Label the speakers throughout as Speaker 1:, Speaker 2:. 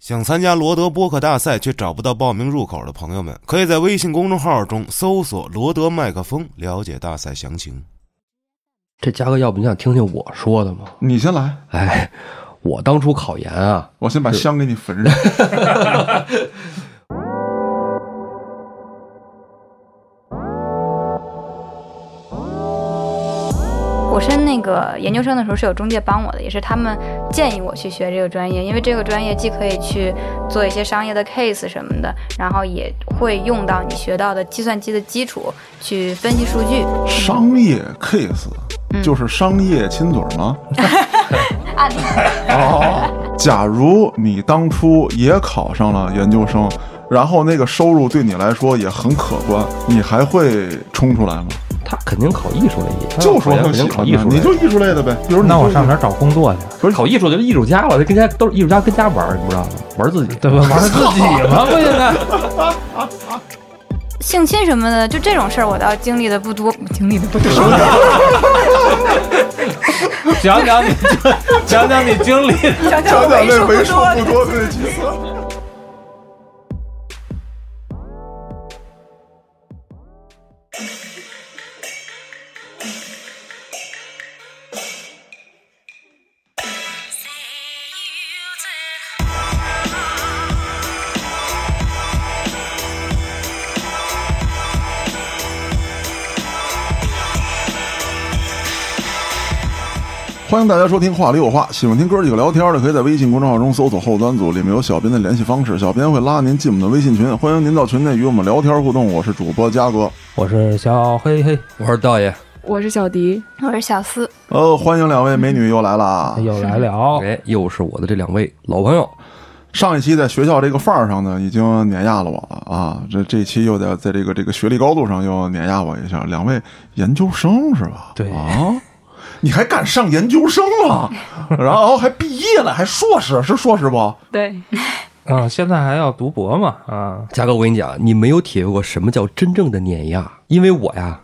Speaker 1: 想参加罗德播客大赛却找不到报名入口的朋友们，可以在微信公众号中搜索“罗德麦克风”了解大赛详情。
Speaker 2: 这嘉哥，要不你想听听我说的吗？
Speaker 3: 你先来，
Speaker 2: 哎，我当初考研啊，
Speaker 3: 我先把香给你焚 上。
Speaker 4: 我申那个研究生的时候是有中介帮我的，也是他们建议我去学这个专业，因为这个专业既可以去做一些商业的 case 什么的，然后也会用到你学到的计算机的基础去分析数据。
Speaker 3: 商业 case
Speaker 5: 嗯
Speaker 3: 就是商业亲嘴儿 吗？
Speaker 4: 案例
Speaker 3: 哦，假如你当初也考上了研究生，然后那个收入对你来说也很可观，你还会冲出来吗？
Speaker 2: 他肯定考艺术类，他
Speaker 3: 就说
Speaker 2: 考研肯
Speaker 3: 很喜
Speaker 2: 定考
Speaker 3: 欢
Speaker 2: 艺
Speaker 3: 的，
Speaker 2: 术
Speaker 3: 你
Speaker 2: 类。
Speaker 3: 就艺术类的呗。比如你
Speaker 5: 那我
Speaker 3: 就
Speaker 5: 上哪儿找工作去？
Speaker 3: 不是
Speaker 2: 考艺术就是艺术家了，跟家都是艺术家，跟家玩儿，你不知道吗？玩儿自己。
Speaker 5: 对吧？玩自己吗？不
Speaker 4: 性
Speaker 5: 现在
Speaker 4: 侵什么的，就这种事儿我倒经历的不多，经历的不多。
Speaker 5: 讲讲你， 讲讲你经历。
Speaker 3: 讲讲那为数不多的那几次。欢迎大家收听《话里有话》，喜欢听哥几个聊天的，可以在微信公众号中搜索“后端组”，里面有小编的联系方式，小编会拉您进我们的微信群，欢迎您到群内与我们聊天互动。我是主播嘉哥，
Speaker 5: 我是小黑黑，
Speaker 2: 我说道爷，
Speaker 6: 我是小迪，
Speaker 4: 我是小思，
Speaker 3: 呃，欢迎两位美女又来啊啦。
Speaker 5: 又来了。
Speaker 2: 哎，又是我的这两位老朋友，
Speaker 3: 上一期在学校这个范儿上呢，已经碾压了我了啊，这这期又在在这个这个学历高度上又碾压我一下。两位研究生是吧？
Speaker 5: 对
Speaker 3: 啊，你还敢上研究生了， 然后还毕业了，还硕士是硕士不？
Speaker 6: 对，
Speaker 5: 嗯，现在还要读博嘛？啊，
Speaker 2: 嘉哥，我跟你讲，你没有体会过什么叫真正的碾压，因为我呀，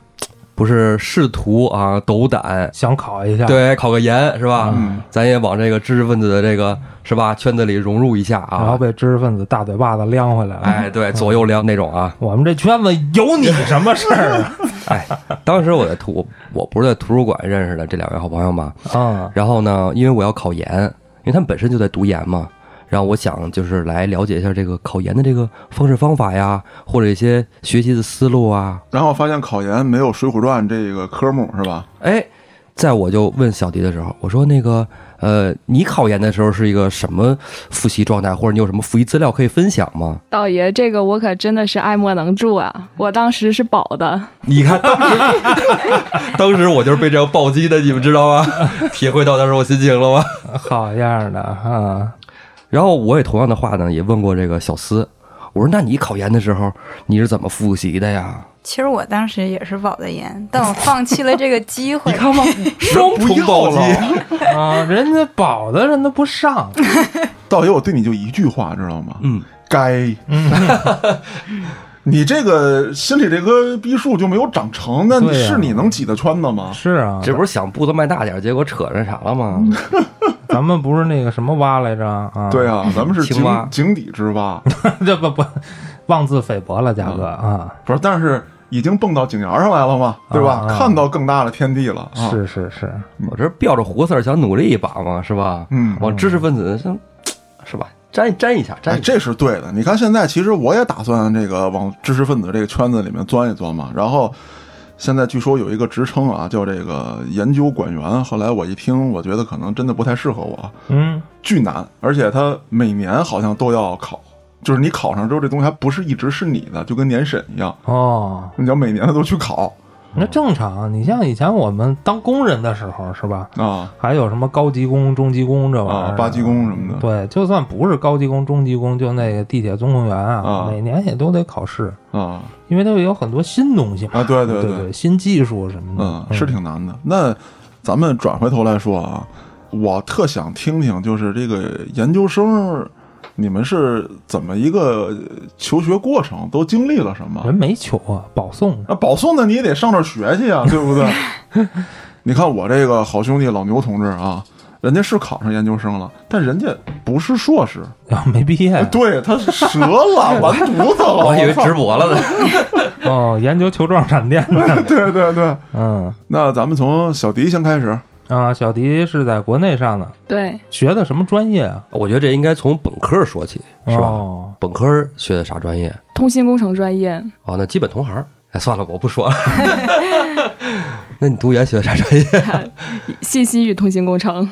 Speaker 2: 不是试图啊斗胆，
Speaker 5: 想考一下。，
Speaker 2: 对，考个研是吧？咱也往这个知识分子的这个是吧圈子里融入一下
Speaker 5: 然后
Speaker 2: 啊。
Speaker 5: 被知识分子大嘴巴子晾回来了。
Speaker 2: 哎，对，左右量那种啊。
Speaker 5: 我们这圈子有你什么事儿啊？
Speaker 2: 哎，当时我在图，我我不是在图书馆认识的这两位好朋友嘛。
Speaker 5: 啊，
Speaker 2: 然后呢，因为我要考研，因为他们本身就在读研嘛。然后我想就是来了解一下这个考研的这个方式方法呀，或者一些学习的思路啊。
Speaker 3: 然后发现考研没有《水浒传》这个科目是吧？
Speaker 2: 哎，在我就问小迪的时候，我说那个呃，你考研的时候是一个什么复习状态，或者你有什么复习资料可以分享吗？
Speaker 6: 道爷，这个我可真的是爱莫能助啊！我当时是保的，
Speaker 2: 你看，当时 当时我就是被这样暴击的，你们知道吗？体会到当时我心情了吗？
Speaker 5: 好样的啊！
Speaker 2: 然后我也同样的话呢，也问过这个小思，我说那你考研的时候你是怎么复习的呀？
Speaker 4: 其实我当时也是保的研，但我放弃了这个机会。
Speaker 2: 吗，双重暴击
Speaker 3: 不。要
Speaker 5: 啊，人家保的人都不 上，
Speaker 3: 道爷，我对你就一句话，知道吗？
Speaker 2: 嗯，
Speaker 3: 该。 你这个心里这棵逼树就没有长成，那你
Speaker 5: 对呀
Speaker 3: 是你能挤得穿的吗？
Speaker 5: 是啊，
Speaker 2: 这不是想步子迈大点儿，结果扯那啥了吗？
Speaker 3: 嗯
Speaker 5: 咱们不是那个什么蛙来着啊？
Speaker 3: 对，啊，咱们是
Speaker 2: 青
Speaker 3: 井
Speaker 2: 蛙
Speaker 3: 井底之蛙，
Speaker 5: 这不不妄自菲薄了，嘉哥啊，
Speaker 3: 不是？但是已经蹦到井沿上来了嘛，对吧？
Speaker 5: 啊啊
Speaker 3: 看到更大的天地了。啊、，
Speaker 5: 是是是，
Speaker 2: 我这吊着胡丝儿想努力一把嘛，是吧？
Speaker 3: 嗯
Speaker 2: 往知识分子上，是吧？沾沾一下，沾
Speaker 3: 哎，
Speaker 2: 一下。
Speaker 3: 这是对的。你看现在，其实我也打算这个往知识分子这个圈子里面钻一钻嘛。然后现在据说有一个职称啊，叫这个研究管员。后来我一听，我觉得可能真的不太适合我，啊
Speaker 5: 嗯，
Speaker 3: 巨难，而且它每年好像都要考。就是你考上之后，这东西还不是一直是你的，就跟年审一样，
Speaker 5: 哦，
Speaker 3: 你要每年都去考
Speaker 5: 那正常。你像以前我们当工人的时候，是吧？
Speaker 3: 啊
Speaker 5: 还有什么高级工、中级工这玩意
Speaker 3: 啊
Speaker 5: 儿，，
Speaker 3: 八级。工什么的。
Speaker 5: 对，就算不是高级工、中级工，就那个地铁总动员啊
Speaker 3: 啊，
Speaker 5: 每年也都得考试，
Speaker 3: 啊
Speaker 5: 因为它有很多新东西嘛。
Speaker 3: 啊，对对
Speaker 5: 对
Speaker 3: 对，
Speaker 5: 新技术什么
Speaker 3: 嗯，
Speaker 5: 的，
Speaker 3: 是挺难的。那咱们转回头来说啊，我特想听听，就是这个研究生，你们是怎么一个求学过程，都经历了什么？
Speaker 5: 人没求啊，保送
Speaker 3: 那保送的你也 得上这儿学去呀、对不对？你看我这个好兄弟老牛同志啊，人家是考上研究生了，但人家不是硕士，
Speaker 5: 啊，没毕业
Speaker 3: 对，他是折了，完犊子了，
Speaker 5: 哎
Speaker 2: 我以为
Speaker 3: 操
Speaker 2: 直播了呢。
Speaker 5: 哦，研究球状闪电 的，
Speaker 3: 对对对，
Speaker 5: 嗯
Speaker 3: 那咱们从小迪先开始，
Speaker 5: 啊，小迪是在国内上的，
Speaker 6: 对，
Speaker 5: 学的什么专业啊？
Speaker 2: 我觉得这应该从本科说起，是吧？
Speaker 5: 哦
Speaker 2: 本科学的啥专业？
Speaker 6: 通信工程专业，
Speaker 2: 哦，那基本同行。哎，算了，我不 说了。那你读研学的啥专业？
Speaker 6: 信息与通信工 程。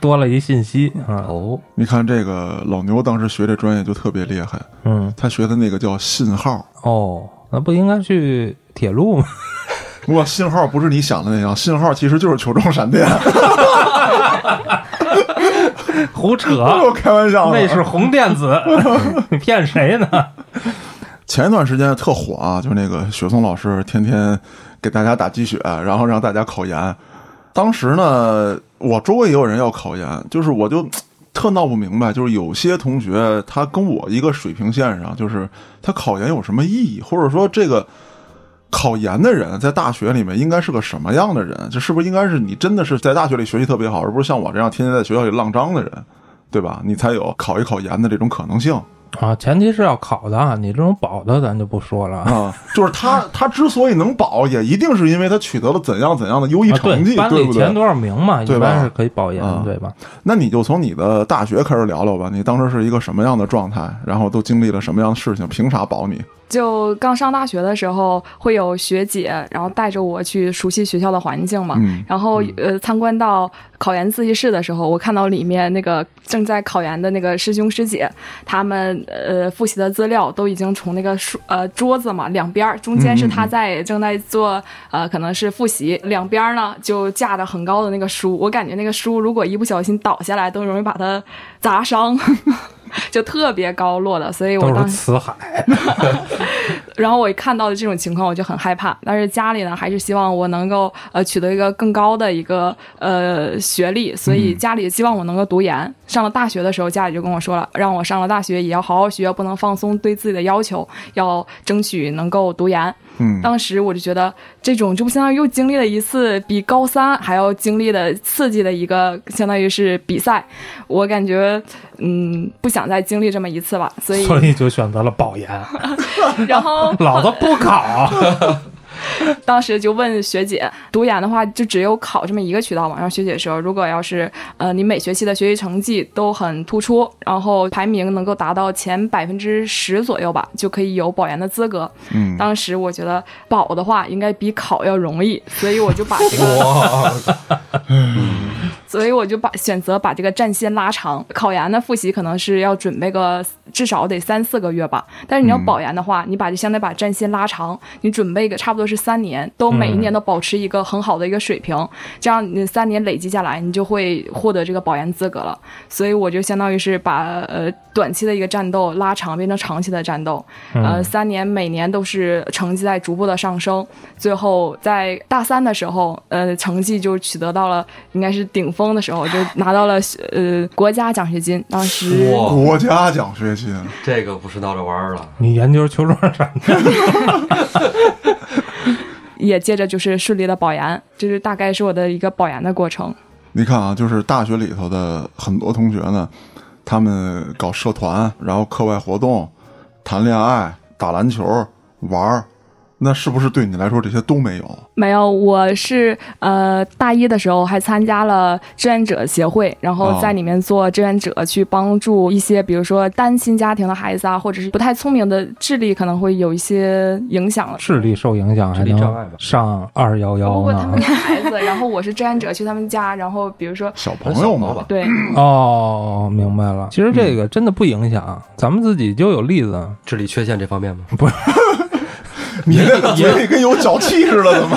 Speaker 5: 多了一信息啊，
Speaker 2: 哦，
Speaker 3: 你看这个老牛当时学这专业就特别厉害，
Speaker 5: 嗯，
Speaker 3: 他学的那个叫信号，
Speaker 5: 哦，那不应该去铁路吗？
Speaker 3: 不过信号不是你想的那样，信号其实就是球状闪电，
Speaker 5: 啊胡扯，
Speaker 3: 我开玩笑
Speaker 5: 那
Speaker 3: 的。
Speaker 5: 是红电子， 你骗谁呢？
Speaker 3: 前一段时间特火啊，就是那个雪松老师天天给大家打鸡血，然后让大家考研。当时呢，我周围也有人要考研，就是我就特闹不明白，就是有些同学他跟我一个水平线上，就是他考研有什么意义，或者说这个考研的人在大学里面应该是个什么样的人？这是不是应该是你真的是在大学里学习特别好，而不是像我这样天天在学校里浪张的人，对吧？你才有考一考研的这种可能性。
Speaker 5: 啊，前提是要考的啊，你这种保的咱就不说了啊。
Speaker 3: 啊，就是他他之所以能保，也一定是因为他取得了怎样怎样的优异
Speaker 5: 啊
Speaker 3: 成绩，
Speaker 5: 班
Speaker 3: 对
Speaker 5: 里
Speaker 3: 不
Speaker 5: 前
Speaker 3: 对？
Speaker 5: 多少名嘛，
Speaker 3: 对
Speaker 5: 一
Speaker 3: 吧
Speaker 5: 般是可以保研
Speaker 3: 啊，
Speaker 5: 对吧？
Speaker 3: 那你就从你的大学开始聊聊吧，你当时是一个什么样的状态，然后都经历了什么样的事情，凭啥保你？
Speaker 6: 就刚上大学的时候，会有学姐，然后带着我去熟悉学校的环境
Speaker 5: 啊
Speaker 6: 嘛。
Speaker 3: 嗯
Speaker 6: 然后呃，参观到考研自习室的时候，我看到里面那个正在考研的那个师兄师姐，他们呃复习的资料都已经从那个书呃桌子嘛两边儿，中间
Speaker 5: 嗯
Speaker 6: 是他在正在做呃可能是复习，两边儿呢就架着很高的那个书，我感觉那个书如果一不小心倒下来，都容易把它砸伤。 就特别高落的，所以我
Speaker 5: 都
Speaker 6: 当
Speaker 5: 是
Speaker 6: 时
Speaker 5: 辞海，
Speaker 6: 然后我一看到的这种情况，我就很害怕。但是家里呢，还是希望我能够呃取得一个更高的一个呃学历，所以家里希望我能够读研。上了大学的时候，家里就跟我说了，让我上了大学也要好好学，不能放松对自己的要求，要争取能够读研。
Speaker 3: 嗯，
Speaker 6: 当时我就觉得，这种这不相当于又经历了一次比高三还要经历的刺激的一个，相当于是比赛。我感觉，嗯，不想再经历这么一次吧，所以，
Speaker 5: 所以就选择了保 研。
Speaker 6: 然后
Speaker 5: 老子不考，啊
Speaker 6: 当时就问学姐，读研的话就只有考这么一个渠道嘛。然后学姐说，如果要是呃你每学期的学习成绩都很突出，然后排名能够达到前百分之十左右吧，就可以有保研的资格。
Speaker 3: 嗯
Speaker 6: 当时我觉得保的话应该比考要容易，所以我就把这个，
Speaker 2: 哇，
Speaker 6: 所以我就把选择把这个战线拉长。考研的复习可能是要准备个至少得三四个月吧，但是你要保研的话，你把这相当于把战线拉长，你准备个差不多是三年，都每一年都保持一个很好的一个水平，这样你三年累积下来，你就会获得这个保研资格了。所以我就相当于是把呃短期的一个战斗拉长，变成长期的战斗。呃，三年每年都是成绩在逐步的上升，最后在大三的时候，呃，成绩就取得到了应该是顶峰的时候，就拿到了呃国家奖学金。当时
Speaker 2: 哇
Speaker 3: 国家奖学金，
Speaker 2: 这个不是闹着玩儿了。
Speaker 5: 你研究球状闪电，
Speaker 6: 也接着就是顺利的保研，这是大概是我的一个保研的过程。
Speaker 3: 你看啊，就是大学里头的很多同学呢，他们搞社团，然后课外活动，谈恋爱，打篮球，玩儿，那是不是对你来说这些都没有？
Speaker 6: 没有，我是呃大一的时候还参加了志愿者协会，然后在里面做志愿者，去帮助一些比如说单亲家庭的孩子啊，或者是不太聪明的智力可能会有一些影响。
Speaker 5: 智力受影响还
Speaker 2: 智力障碍吧
Speaker 5: 能上二幺
Speaker 6: 包
Speaker 5: 幺
Speaker 6: 括他们
Speaker 5: 呢？
Speaker 6: 家孩子，然后我是志愿者去他们家，然后比如说
Speaker 3: 小朋友
Speaker 2: 小朋友
Speaker 3: 嘛
Speaker 2: 吧，
Speaker 6: 对，
Speaker 5: 哦，明白了。其实这个真的不影响，咱们自己就有例子。
Speaker 2: 智力缺陷这方面吗？
Speaker 3: 你那个嘴里跟有脚气似的，怎么？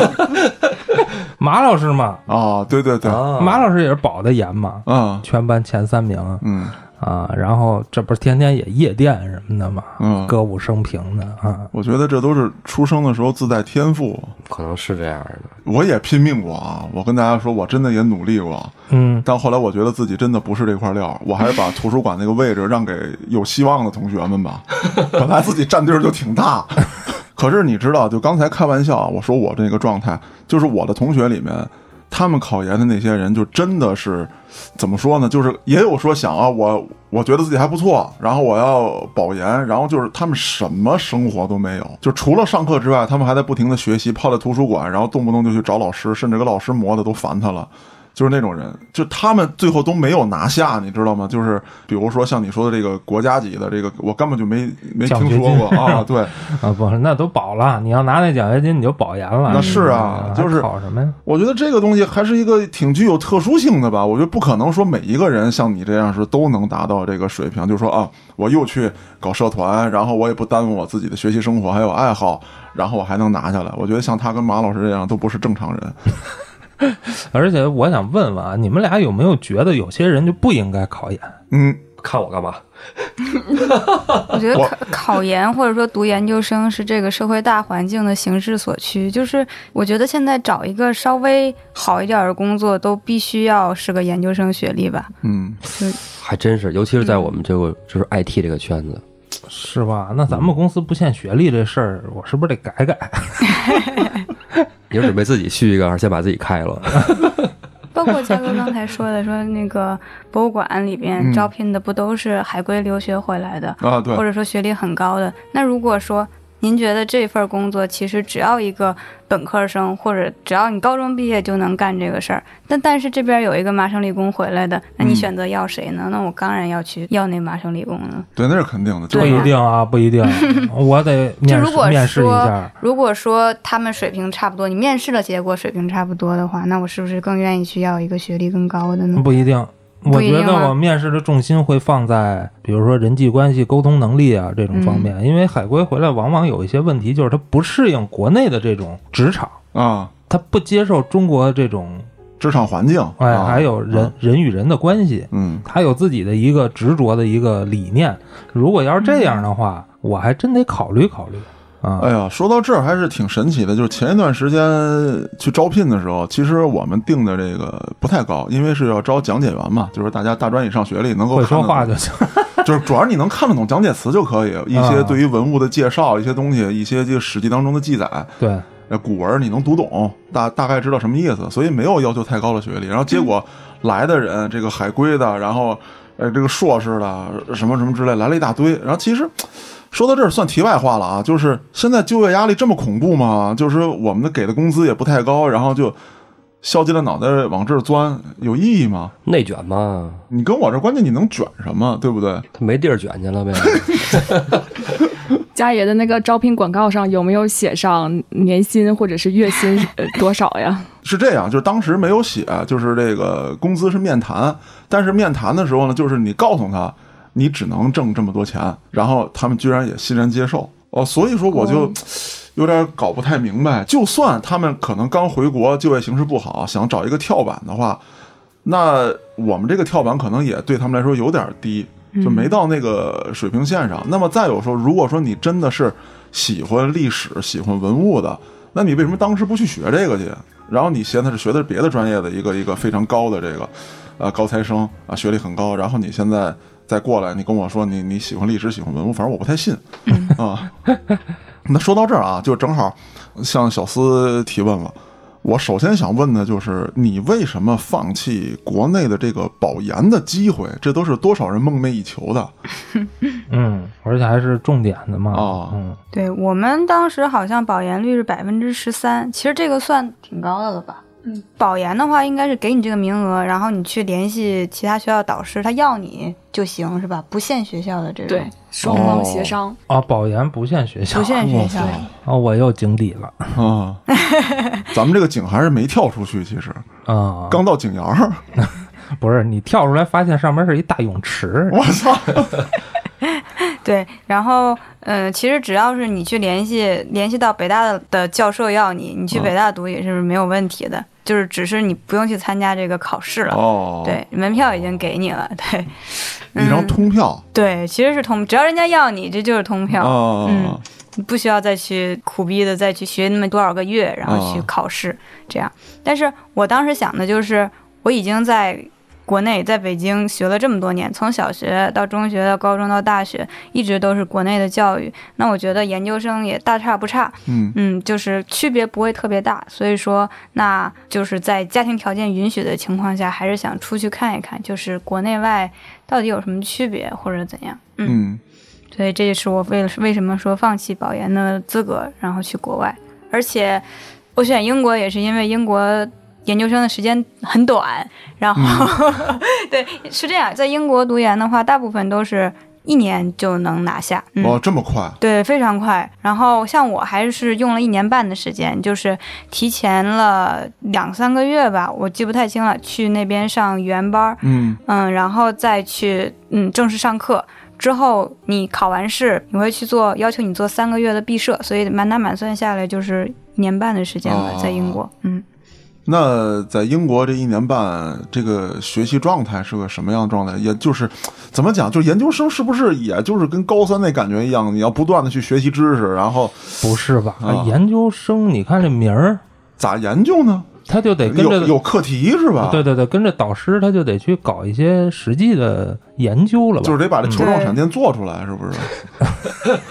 Speaker 5: 马老师嘛，
Speaker 3: 啊，对对对，
Speaker 2: 啊，
Speaker 5: 马老师也是保的研嘛，
Speaker 3: 啊，
Speaker 5: 全班前三名
Speaker 3: 嗯
Speaker 5: 啊。然后这不是天天也夜店什么的嘛，
Speaker 3: 嗯，
Speaker 5: 歌舞升平的啊。
Speaker 3: 我觉得这都是出生的时候自带天赋。
Speaker 2: 可能是这样的。
Speaker 3: 我也拼命过啊，我跟大家说，我真的也努力过，
Speaker 5: 嗯，
Speaker 3: 但后来我觉得自己真的不是这块料，我还是把图书馆那个位置让给有希望的同学们吧。本来自己占地儿就挺大， 可是你知道，就刚才开玩笑啊，我说我这个状态，就是我的同学里面。他们考研的那些人，就真的是怎么说呢？就是也有说想啊，我我觉得自己还不错，然后我要保研，然后就是他们什么生活都没有，就除了上课之外，他们还在不停的学习，泡在图书馆，然后动不动就去找老师，甚至跟老师磨的都烦他了。就是那种人，就他们最后都没有拿下，你知道吗？就是比如说像你说的这个国家级的这个，我根本就没没
Speaker 5: 奖
Speaker 3: 听
Speaker 5: 学
Speaker 3: 说
Speaker 5: 金
Speaker 3: 过啊。对，
Speaker 5: 啊，不是，那都保了。你要拿那奖学金，你就保研了。嗯
Speaker 3: 那是啊
Speaker 5: 还
Speaker 3: 就是
Speaker 5: 考什么呀？
Speaker 3: 我觉得这个东西还是一个挺具有特殊性的吧。我觉得不可能说每一个人像你这样是都能达到这个水平，就说啊，我又去搞社团，然后我也不耽误我自己的学习生活还有爱好，然后我还能拿下来。我觉得像他跟马老师这样都不是正常人。
Speaker 5: 而且我想问问啊，你们俩有没有觉得有些人就不应该考研？
Speaker 3: 嗯，
Speaker 2: 看我干嘛？
Speaker 4: 我觉得
Speaker 3: 我
Speaker 4: 考考研或者说读研究生是这个社会大环境的形势所趋，就是我觉得现在找一个稍微好一点的工作，都必须要是个研究生学历吧。
Speaker 3: 嗯，
Speaker 2: 还真是，尤其是在我们这个就是 IT 这个圈 子，
Speaker 5: 是吧？那咱们公司不限学历这事儿，我是不是得改改？
Speaker 2: 你是准备自己续一个，还是先把自己开了？
Speaker 4: 包括嘉 哥刚才说的，说那个博物馆里边
Speaker 3: 嗯
Speaker 4: 招聘的不都是海归留学回来的，
Speaker 3: 啊，对
Speaker 4: 或，者说学历很高的。那如果说您觉得这份工作其实只要一个本科生，或者只要你高中毕业就能干这个事儿，但但是这边有一个麻省理工回来的，那你
Speaker 3: 嗯
Speaker 4: 选择要谁呢？那我当然要去要那麻省理工了。
Speaker 3: 对，那是肯定的，就
Speaker 5: 不
Speaker 4: 对
Speaker 5: 一
Speaker 4: 啊
Speaker 3: 是
Speaker 5: 定啊，不一定。我得面
Speaker 4: 就如果
Speaker 5: 试面试一
Speaker 4: 说
Speaker 5: 下。
Speaker 4: 如果说他们水平差不多，你面试的结果水平差不多的话，那我是不是更愿意去要一个学历更高的呢？
Speaker 5: 不一定。
Speaker 4: 嗯
Speaker 5: 我
Speaker 4: 不一
Speaker 5: 觉
Speaker 4: 定啊
Speaker 5: 得
Speaker 4: 吗
Speaker 5: 我面试的重心会放在，比如说人际关系、沟通能力啊这种方
Speaker 4: 嗯
Speaker 5: 面，因为海归回来往往有一些问题，就是他不适应国内的这种职场，
Speaker 3: 啊，
Speaker 5: 他不接受中国这种，
Speaker 3: 职场环境，
Speaker 5: 哎，
Speaker 3: 啊
Speaker 5: 还有人、，人与人的关系，
Speaker 3: 嗯
Speaker 5: 他有自己的一个执着的一个理念。如果要是这样的
Speaker 4: 嗯
Speaker 5: 话，我还真得考虑考虑啊。
Speaker 3: 哎呀，说到这儿还是挺神奇的。就是前一段时间去招聘的时候，其实我们定的这个不太高，因为是要招讲解员嘛，就是大家大专以上学历能够
Speaker 5: 会
Speaker 3: 看
Speaker 5: 说
Speaker 3: 得
Speaker 5: 话
Speaker 3: 懂
Speaker 5: 就行，
Speaker 3: 就是主要是你能看得懂讲解词就可以。一
Speaker 5: 啊
Speaker 3: 些对于文物的介绍，一些东西，一些这个史记当中的记载，
Speaker 5: 对，
Speaker 3: 呃，古文你能读懂，大大概知道什么意思，所以没有要求太高的学历。然后结果来的人，这个海归的，然后呃这个硕士的，什么什么之类，来了一大堆。然后其实说到这儿算题外话了啊，就是现在就业压力这么恐怖吗？就是我们的给的工资也不太高，然后就削尖了脑袋往这儿钻，有意义吗？
Speaker 2: 内卷嘛，
Speaker 3: 你跟我这儿关键你能卷什么，对不对？
Speaker 2: 他没地儿卷去了 呗。
Speaker 6: 家爷的那个招聘广告上有没有写上年薪或者是月薪呃多少呀？
Speaker 3: 是这样，就是当时没有写，就是这个工资是面谈，但是面谈的时候呢，就是你告诉他你只能挣这么多钱，然后他们居然也欣然接受哦，所以说我就。有点搞不太明白，就算他们可能刚回国，就业形势不好，想找一个跳板的话，那我们这个跳板可能也对他们来说有点低，就没到那个水平线上。那么再有说，如果说你真的是喜欢历史、喜欢文物的，那你为什么当时不去学这个去？啊然后你现在是学的是别的专业的一个一个非常高的这个，呃，高材生啊，学历很高，然后你现在再过来，你跟我说你你喜欢历史、喜欢文物，反正我不太信啊。那说到这儿啊，就正好向小司提问了。我首先想问的就是，你为什么放弃国内的这个保研的机会？这都是多少人梦寐以求的
Speaker 5: 嗯，而且还是重点的嘛，
Speaker 3: 哦
Speaker 5: 嗯，
Speaker 4: 对我们当时好像保研率是百分之十三，其实这个算挺高的了吧？嗯，保研的话应该是给你这个名额，然后你去联系其他学校导师，他要你就行是吧？不限学校的这种
Speaker 6: 对，，双方协商。
Speaker 5: 啊，保研不限学校，
Speaker 4: 不限学校。
Speaker 5: 啊，我又井底了
Speaker 3: 啊！咱们这个井还是没跳出去，其实
Speaker 5: 啊！
Speaker 3: 刚到井沿儿。
Speaker 5: 不是你跳出来发现上面是一大泳池，
Speaker 3: 我操！
Speaker 4: 对，然后呃，其实只要是你去联系联系到北大的的教授要你，你去
Speaker 3: 嗯
Speaker 4: 北大读也是没有问题的，就是只是你不用去参加这个考试了。
Speaker 3: 哦，，
Speaker 4: 对，门票已经给你了，对
Speaker 3: 一
Speaker 4: 嗯
Speaker 3: 张通票
Speaker 4: 对，其实是通，只要人家要你，这就是通票。
Speaker 3: 啊，
Speaker 4: 嗯你不需要再去苦逼的再去学那么多少个月，然后去
Speaker 3: 哦
Speaker 4: 考试、这样。但是我当时想的就是，我已经在国内在北京学了这么多年，从小学到中学到高中到大学，一直都是国内的教育。那我觉得研究生也大差不差，
Speaker 3: 嗯
Speaker 4: 嗯，就是区别不会特别大。所以说，那就是在家庭条件允许的情况下，还是想出去看一看，就是国内外到底有什么区别或者怎样。嗯，
Speaker 3: 嗯
Speaker 4: 所以这也是我为了为什么说放弃保研的资格，然后去国外。而且我选英国也是因为英国。研究生的时间很短，然后、 对是这样，在英国读研的话，大部分都是一年就能拿下。嗯、
Speaker 3: 哦哇，这么快，
Speaker 4: 对，非常快。然后像我还是用了一年半的时间，就是提前了两三个月吧，我记不太清了，去那边上语言班儿，
Speaker 3: 嗯
Speaker 4: 嗯，然后再去嗯正式上课。之后你考完试，你会去做要求你做三个月的毕设，所以满打满算下来就是一年半的时间吧，在英国。嗯，
Speaker 3: 那在英国这一年半，这个学习状态是个什么样的状态？也就是怎么讲，就是研究生是不是也就是跟高三那感觉一样，你要不断的去学习知识，然后
Speaker 5: 不是吧？
Speaker 3: 啊
Speaker 5: 研究生，你看这名儿，
Speaker 3: 咋研究呢？
Speaker 5: 他就得跟
Speaker 3: 有
Speaker 5: 着
Speaker 3: 有啊课题是吧？
Speaker 5: 对，对对，跟着导师，他就得去搞一些实际的研究了吧？
Speaker 3: 就是得把这球状
Speaker 4: 嗯
Speaker 3: 闪电做出来，是不是？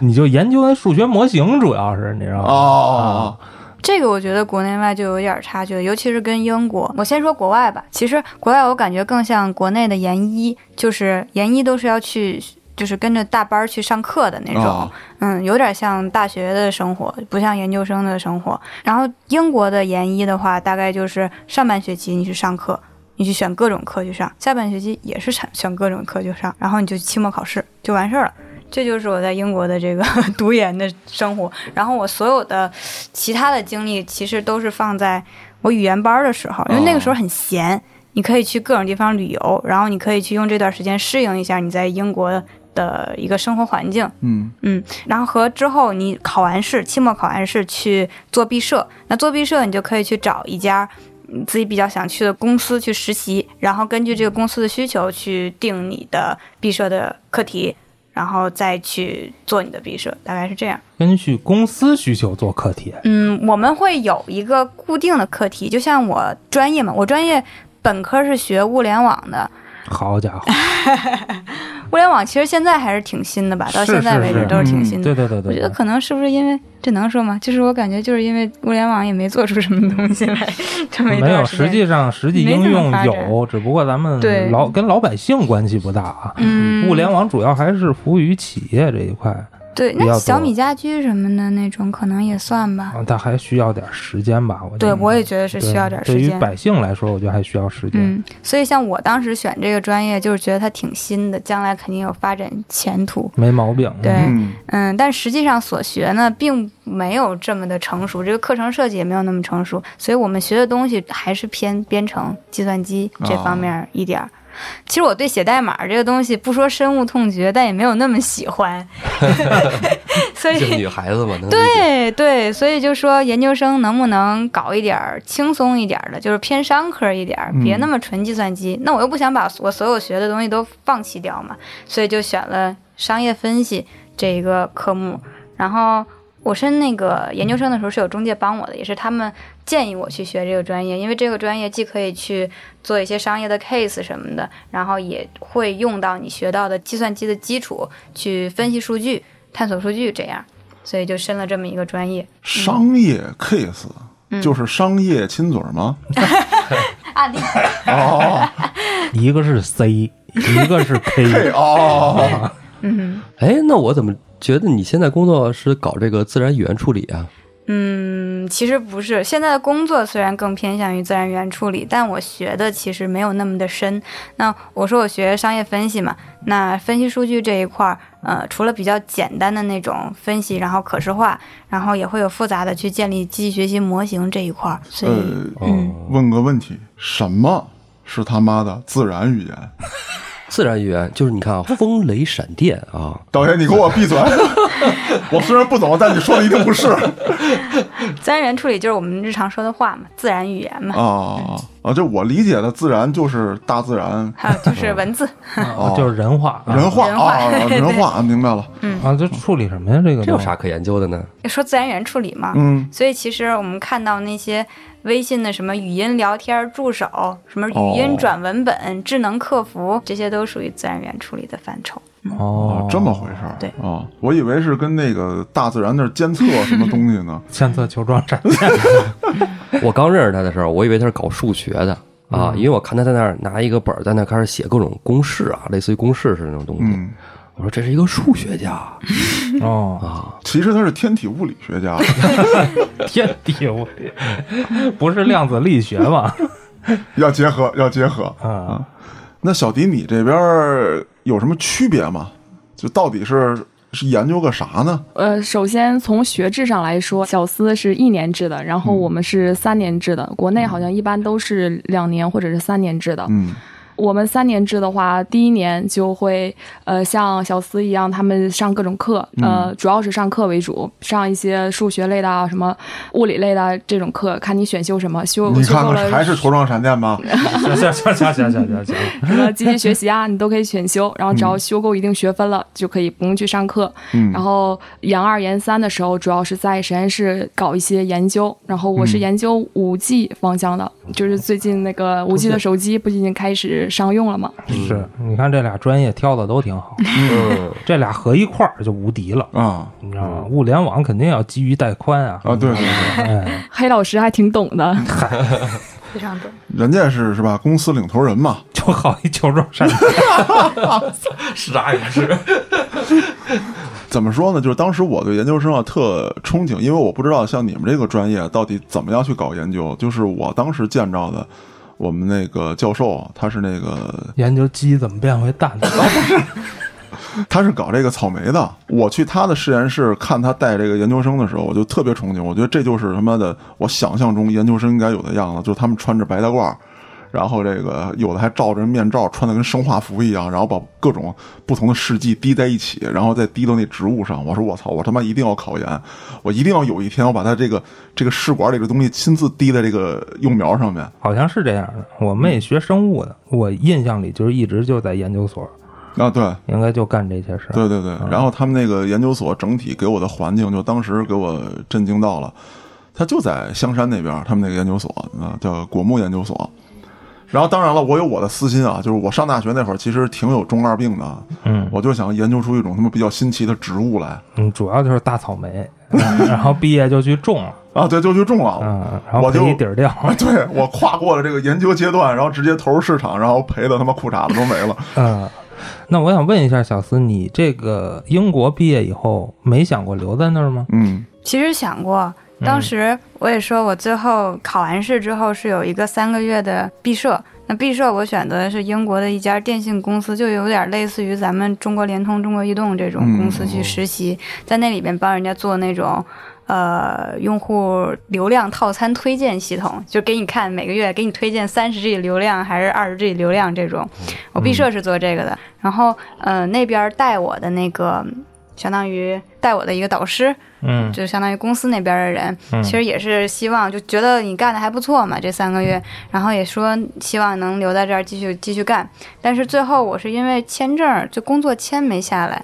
Speaker 5: 你就研究那数学模型，主要是你知道吗？
Speaker 4: 啊
Speaker 3: 哦，
Speaker 4: 这个我觉得国内外就有点差距了，尤其是跟英国。我先说国外吧，其实国外我感觉更像国内的研一，就是研一都是要去，就是跟着大班儿去上课的那种，
Speaker 3: 哦
Speaker 4: 嗯，有点像大学的生活，不像研究生的生活。然后英国的研一的话，大概就是上半学期你去上课。你去选各种课去上，下半学期也是选选各种课去上，然后你就期末考试就完事儿了。这就是我在英国的这个 读研的生活。然后我所有的其他的经历，其实都是放在我语言班儿的时候，因为那个时候很闲，你可以去各种地方旅游，然后你可以去用这段时间适应一下你在英国的一个生活环境。
Speaker 3: 嗯
Speaker 4: 嗯，然后和之后你考完试，期末考完试去做毕设，那做毕设你就可以去找一家嗯自己比较想去的公司去实习，然后根据这个公司的需求去定你的毕设的课题，然后再去做你的毕设，大概是这样。
Speaker 5: 根据公司需求做课题。
Speaker 4: 嗯，我们会有一个固定的课题，就像我专业嘛，我专业本科是学物联网的，
Speaker 5: 好家伙，
Speaker 4: 物联网其实现在还是挺新的吧，到
Speaker 5: 是
Speaker 4: 现在
Speaker 5: 是
Speaker 4: 为止
Speaker 5: 是
Speaker 4: 都是挺
Speaker 3: 嗯
Speaker 4: 新的。
Speaker 5: 对对对
Speaker 4: 我觉
Speaker 5: 对
Speaker 4: 得
Speaker 5: 对，
Speaker 4: 可能是不是因为这能说吗？就是我感觉就是因为物联网也没做出什么东西来， 这么一
Speaker 5: 没有，
Speaker 4: 段时
Speaker 5: 实
Speaker 4: 间。
Speaker 5: 际上实际
Speaker 4: 没
Speaker 5: 应
Speaker 4: 怎么
Speaker 5: 用
Speaker 4: 发展
Speaker 5: 有，只不过咱
Speaker 4: 对
Speaker 5: 们老跟老百姓关系不大啊。
Speaker 4: 嗯，
Speaker 5: 物联网主要还是服务于企业这一块，
Speaker 4: 对，
Speaker 5: 比较
Speaker 4: 那
Speaker 5: 多
Speaker 4: 小米家居什么的那种可能也算吧。
Speaker 5: 啊，它还需要点时间吧？我觉
Speaker 4: 对，
Speaker 5: 得
Speaker 4: 我也觉得是需要点
Speaker 5: 对
Speaker 4: 时
Speaker 5: 于
Speaker 4: 间。
Speaker 5: 百姓来说，我觉得还需要时间。
Speaker 4: 嗯，所以像我当时选这个专业，就是觉得它挺新的，将来肯定有发展前途。
Speaker 5: 没毛病，
Speaker 4: 对，
Speaker 3: 嗯，
Speaker 4: 嗯，但实际上所学呢，并没有这么的成熟，这个课程设计也没有那么成熟，所以我们学的东西还是偏编程、计算机这方面儿一点儿。其实我对写代码这个东西，不说深恶痛绝，但也没有那么喜欢， 所
Speaker 2: 就
Speaker 4: 以
Speaker 2: 女孩子嘛，能理解。
Speaker 4: 对对，所以就说研究生能不能搞一点儿轻松一点儿的，就是偏商科一点儿，别那么纯计算机。那我又不想把我所有学的东西都放弃掉嘛，所以就选了商业分析这一个科目。然后我申那个研究生的时候是有中介帮我的，也是他们建议我去学这个专业，因为这个专业既可以去做一些商业的 case 什么的，然后也会用到你学到的计算机的基础去分析数据、探索数据这样。所以就申了这么一个专业
Speaker 3: 商业 case
Speaker 4: 嗯
Speaker 3: 就是商业亲嘴儿吗？
Speaker 4: 案例。
Speaker 3: 哦
Speaker 5: 一个是 C，一个是
Speaker 3: ，K
Speaker 5: K，
Speaker 3: 哦，
Speaker 4: 嗯
Speaker 2: 哎，那我怎么觉得你现在工作是搞这个自然语言处理啊？
Speaker 4: 嗯，其实不是，现在的工作虽然更偏向于自然语言处理，但我学的其实没有那么的深。那我说我学商业分析嘛，那分析数据这一块儿，呃，除了比较简单的那种分析，然后可视化，然后也会有复杂的去建立机器学习模型这一块儿。所以，
Speaker 3: 呃，
Speaker 4: 嗯，
Speaker 3: 问个问题，什么是他妈的自然语言？
Speaker 2: 自然语言就是你看啊，风雷闪电啊，
Speaker 3: 导演，你给我闭嘴！我虽然不懂，但你说的一定不是。
Speaker 4: 自然语言处理就是我们日常说的话嘛，自然语言嘛，
Speaker 3: 啊啊！就我理解的自然就是大自然
Speaker 4: 还有就是文字，
Speaker 5: 啊就是人话啊
Speaker 3: 人话
Speaker 4: 人话
Speaker 3: 啊，人话，啊明白了。
Speaker 5: 啊，这处理什么呀？这个
Speaker 2: 这有啥可研究的呢？
Speaker 4: 说自然语言处理嘛。
Speaker 3: 嗯，
Speaker 4: 所以其实我们看到那些微信的什么语音聊天助手、什么语音转文本、智能客服，这些都属于自然语言处理的范畴。
Speaker 5: 都？
Speaker 3: 哦
Speaker 5: 哦，，
Speaker 3: 这么回事儿。
Speaker 4: 对
Speaker 3: 啊，我以为是跟那个大自然那儿监测什么东西呢。
Speaker 5: 监测球状闪现，
Speaker 2: 我刚认识他的时候，我以为他是搞数学的啊，
Speaker 3: 嗯
Speaker 2: 因为我看他在那儿拿一个本儿在那儿开始写各种公式啊，类似于公式似的那种东西。
Speaker 3: 嗯，
Speaker 2: 我说这是一个数学家，
Speaker 5: 哦，
Speaker 3: 其实他是天体物理学家。
Speaker 5: 天地物理，不是量子力学吧？
Speaker 3: 要结合，要结合。
Speaker 5: 啊，
Speaker 3: 那小迪，你这边儿有什么区别吗？就到底是是研究个啥呢？
Speaker 6: 呃，首先从学制上来说，小思是一年制的，然后我们是三年制的。国内好像一般都是两年或者是三年制的。
Speaker 3: 嗯，
Speaker 6: 我们三年制的话，第一年就会呃像小思一样，他们上各种课，
Speaker 3: 嗯
Speaker 6: 呃，主要是上课为主，上一些数学类的啊，什么物理类的啊这种课，看你选修什么，修
Speaker 3: 你
Speaker 6: 修
Speaker 3: 看
Speaker 6: 够
Speaker 3: 看
Speaker 6: 了
Speaker 3: 还是球状闪电吧。
Speaker 5: 行行行行行行行行，
Speaker 6: 什么积极学习啊，你都可以选修，然后只要修够一定学分了，就可以不用去上课。
Speaker 3: 嗯
Speaker 6: 然后研二研三的时候，主要是在实验室搞一些研究，然后我是研究五 G 方向的，就是最近那个五 G 的手机不已经开始商用了吗？
Speaker 5: 是，你看这俩专业挑的都挺好，
Speaker 2: 嗯，
Speaker 5: 这俩合一块儿就无敌了，
Speaker 3: 啊
Speaker 5: 你知道吗？物联网肯定要基于带宽啊，
Speaker 3: 啊，对对对，
Speaker 5: 哎，
Speaker 6: 黑老师还挺懂的，
Speaker 4: 非常懂。
Speaker 3: 人家是是吧？公司领头人嘛。
Speaker 5: 就好一球状闪现，
Speaker 2: 啥也是。
Speaker 3: 怎么说呢？就是当时我对研究生啊特憧憬，因为我不知道像你们这个专业到底怎么样去搞研究。就是我当时见着的，我们那个教授啊他是那个
Speaker 5: 研究鸡怎么变回蛋 的，
Speaker 3: 他是搞这个草莓的。我去他的实验室看他带这个研究生的时候，我就特别憧憬，我觉得这就是他妈的我想象中研究生应该有的样子，就是他们穿着白大褂儿。然后这个有的还罩着面罩，穿的跟生化服一样，然后把各种不同的试剂滴在一起，然后再滴到那植物上。我说我操，我他妈一定要考研，我一定要有一天我把它这个这个试管里的东西亲自滴在这个幼苗上面。
Speaker 5: 好像是这样的。我妹学生物的，我印象里就是一直就在研究所，
Speaker 3: 啊，对，
Speaker 5: 应该就干这些事儿。
Speaker 3: 对对对，
Speaker 5: 嗯
Speaker 3: 然后他们那个研究所整体给我的环境，就当时给我震惊到了。他就在香山那边，他们那个研究所啊，叫果木研究所。然后当然了，我有我的私心啊，就是我上大学那会儿其实挺有中二病的，
Speaker 5: 嗯
Speaker 3: 我就想研究出一种他妈比较新奇的植物来
Speaker 5: 嗯，主要就是大草莓， 嗯然后毕业就去种了，
Speaker 3: 啊，对，就去种了。
Speaker 5: 嗯，然后
Speaker 3: 我就
Speaker 5: 给底儿掉，
Speaker 3: 啊，对我跨过了这个研究阶段，然后直接投入市场，然后赔的他妈裤衩子都没了。
Speaker 5: 嗯。那我想问一下小思，你这个英国毕业以后没想过留在那儿吗？
Speaker 3: 嗯
Speaker 4: 其实想过，当时我也说，我最后考完试之后是有一个三个月的毕设。那毕设我选择的是英国的一家电信公司，就有点类似于咱们中国联通、中国移动这种公司去实习，在那里边帮人家做那种。呃，用户流量套餐推荐系统，就给你看每个月给你推荐三十 G 流量还是二十 G 流量这种。我毕设是做这个的，然后呃那边带我的那个，相当于带我的一个导师，
Speaker 5: 嗯
Speaker 4: 就相当于公司那边的人，
Speaker 5: 嗯
Speaker 4: 其实也是希望就觉得你干的还不错嘛，这三个
Speaker 3: 嗯
Speaker 4: 月，然后也说希望能留在这儿继续继续干，但是最后我是因为签证就工作签没下来，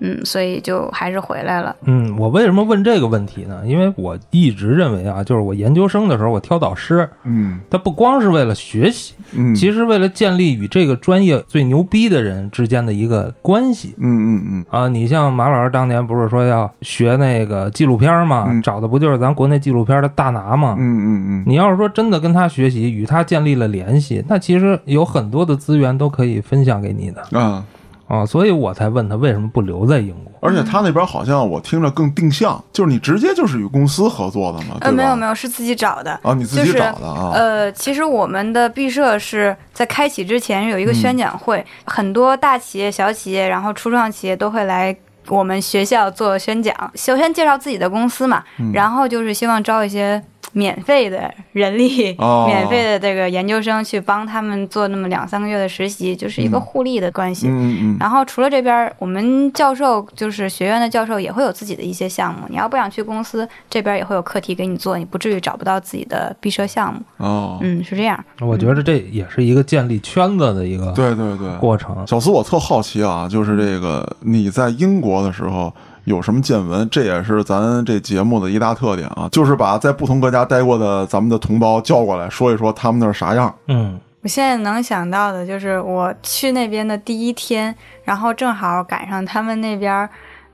Speaker 4: 嗯，所以就还是回来了。
Speaker 5: 嗯，我为什么问这个问题呢？因为我一直认为啊，就是我研究生的时候，我挑导师，
Speaker 3: 嗯
Speaker 5: 他不光是为了学习，
Speaker 3: 嗯，
Speaker 5: 其
Speaker 3: 实
Speaker 5: 实为了建立与这个专业最牛逼的人之间的一个关系。
Speaker 3: 嗯嗯嗯
Speaker 5: 啊，你像马老师当年不是说要学那个纪录片嘛，
Speaker 3: 嗯
Speaker 5: 找的不就是咱国内纪录片的大拿嘛？
Speaker 3: 嗯嗯嗯，
Speaker 5: 你要是说真的跟他学习，与他建立了联系，那其实有很多的资源都可以分享给你的
Speaker 3: 啊。
Speaker 5: 啊，所以我才问他为什么不留在英国。
Speaker 4: 嗯
Speaker 3: 而且他那边好像我听着更定向，就是你直接就是与公司合作的嘛，对吧？
Speaker 4: 呃，没有没
Speaker 3: 有
Speaker 4: 有，是自己找的。
Speaker 3: 啊，你自己找的啊，
Speaker 4: 呃，其实我们的毕设是在开启之前有一个宣讲
Speaker 3: 嗯
Speaker 4: 会，很多大企业、小企业，然后初创企业都会来。我
Speaker 3: 嗯
Speaker 4: 们学校做宣讲，首先介绍自己的公司嘛，然后就是希望招一些免费的人力、
Speaker 3: 哦
Speaker 4: 免费的这个研究生去帮他们做那么两三个月的实习，就是一个
Speaker 3: 嗯
Speaker 4: 互利的关系。
Speaker 3: 嗯嗯
Speaker 4: 然后除了这边儿，我们教授就是学院的教授也会有自己的一些项目。你要不想去公司，这边儿也会有课题给你做，你不至于找不到自己的毕设项目。
Speaker 3: 嗯，哦，
Speaker 4: 嗯，是这样。
Speaker 5: 我觉得这也是一个建立圈子的一个
Speaker 3: 对对对，
Speaker 5: 过程。
Speaker 3: 小苏，我特好奇啊，就是这个你在英国的时候有什么见闻？这也是咱这节目的一大特点啊，就是把在不同国家待过的咱们的同胞叫过来说一说他们那儿啥样。
Speaker 5: 嗯，
Speaker 4: 我现在能想到的就是我去那边的第一天，然后正好赶上他们那边儿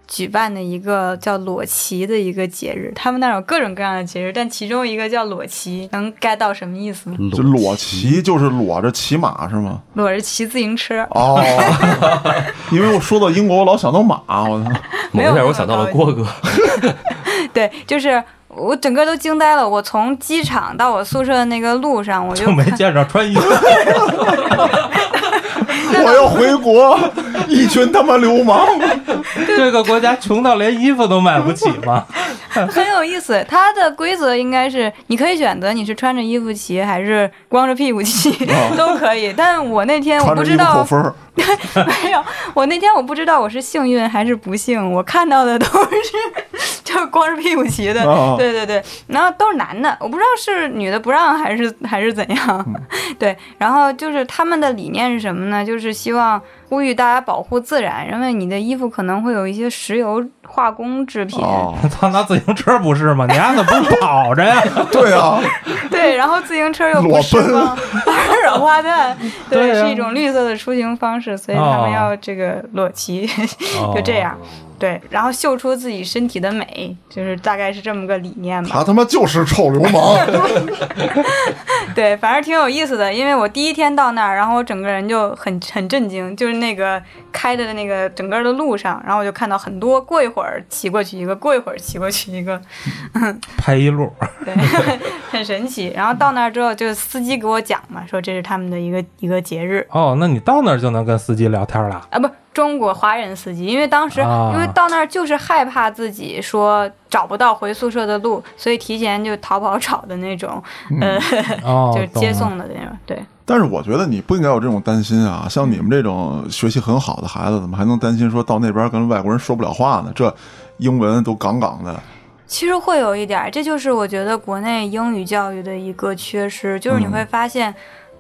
Speaker 4: 举办的一个叫裸骑的一个节日，他们那儿有各种各样的节日，但其中一个叫裸骑，能 get 到什么意思吗？
Speaker 3: 就裸骑，就是裸着骑马是吗？
Speaker 4: 裸着骑自行车，
Speaker 3: 哦， 因为我说到英国，我老想到马，我操，
Speaker 2: 猛一下我想到了郭哥，
Speaker 4: 对，就是我整个都惊呆了。我从机场到我宿舍的那个路上，我就
Speaker 5: 就没见着穿衣服。
Speaker 3: 我要回国，一群他妈流氓。
Speaker 5: 这个国家穷到连衣服都买不起吗？
Speaker 4: 很有意思。它的规则应该是，你可以选择你是穿着衣服骑还是光着屁股骑 都可以。但我那天哎我
Speaker 3: 哦穿
Speaker 4: 不
Speaker 3: 着
Speaker 4: 知
Speaker 3: 衣服扣
Speaker 4: 道，
Speaker 3: 分儿，
Speaker 4: 没有，我那天我不知道我是幸运还是不幸，我看到的都是 就光着屁股骑的，
Speaker 3: 哦
Speaker 4: 对对对，然后都是男的，我不知道是女的不让还是 还是怎样，
Speaker 3: 嗯
Speaker 4: 对，然后就是他们的理念是什么呢？就是希望呼吁大家保护自然，因为你的衣服可能会有一些石油化工制品，
Speaker 3: 哦，
Speaker 5: 他拿自行车不是吗？你丫怎么不跑着呀？
Speaker 3: 对啊，
Speaker 4: 对，然后自行车又不
Speaker 3: 裸
Speaker 4: 释
Speaker 3: 奔
Speaker 4: 放 二氧化碳，对，
Speaker 5: 对啊
Speaker 4: 是一种绿色的出行方式，所以他
Speaker 5: 哦
Speaker 4: 们要这个裸骑。
Speaker 3: 哦
Speaker 4: 就这样，对，然后秀出自己身体的美，就是大概是这么个理念吧。
Speaker 3: 他他妈就是臭流氓。
Speaker 4: 对，反正挺有意思的，因为我第一天到那儿，然后我整个人就很很震惊，就是那个开的那个整个的路上，然后我就看到很多，过一会儿骑过去一个，过一会儿骑过去一个，
Speaker 5: 拍一路，
Speaker 4: 对，很神奇。然后到那儿之后，就是司机给我讲嘛，说这是他们的一个一个节日。
Speaker 5: 哦，那你到那儿就能跟司机聊 天了。
Speaker 4: 啊，不，中国华人司机，因为当时、
Speaker 5: 啊
Speaker 4: 因为到那儿就是害怕自己说找不到回宿舍的路，所以提前就淘宝 找的那种，呃，
Speaker 5: 哦，
Speaker 4: 就是接
Speaker 5: 懂了
Speaker 4: 送的那种。对，
Speaker 3: 但是我觉得你不应该有这种担心啊！像你们这种学习很好的孩子，怎么还能担心说到那边跟外国人说不了话呢？这英文都杠杠的，
Speaker 4: 其实会有一点儿，这就是我觉得国内英语教育的一个缺失，就是你
Speaker 3: 嗯
Speaker 4: 会发现，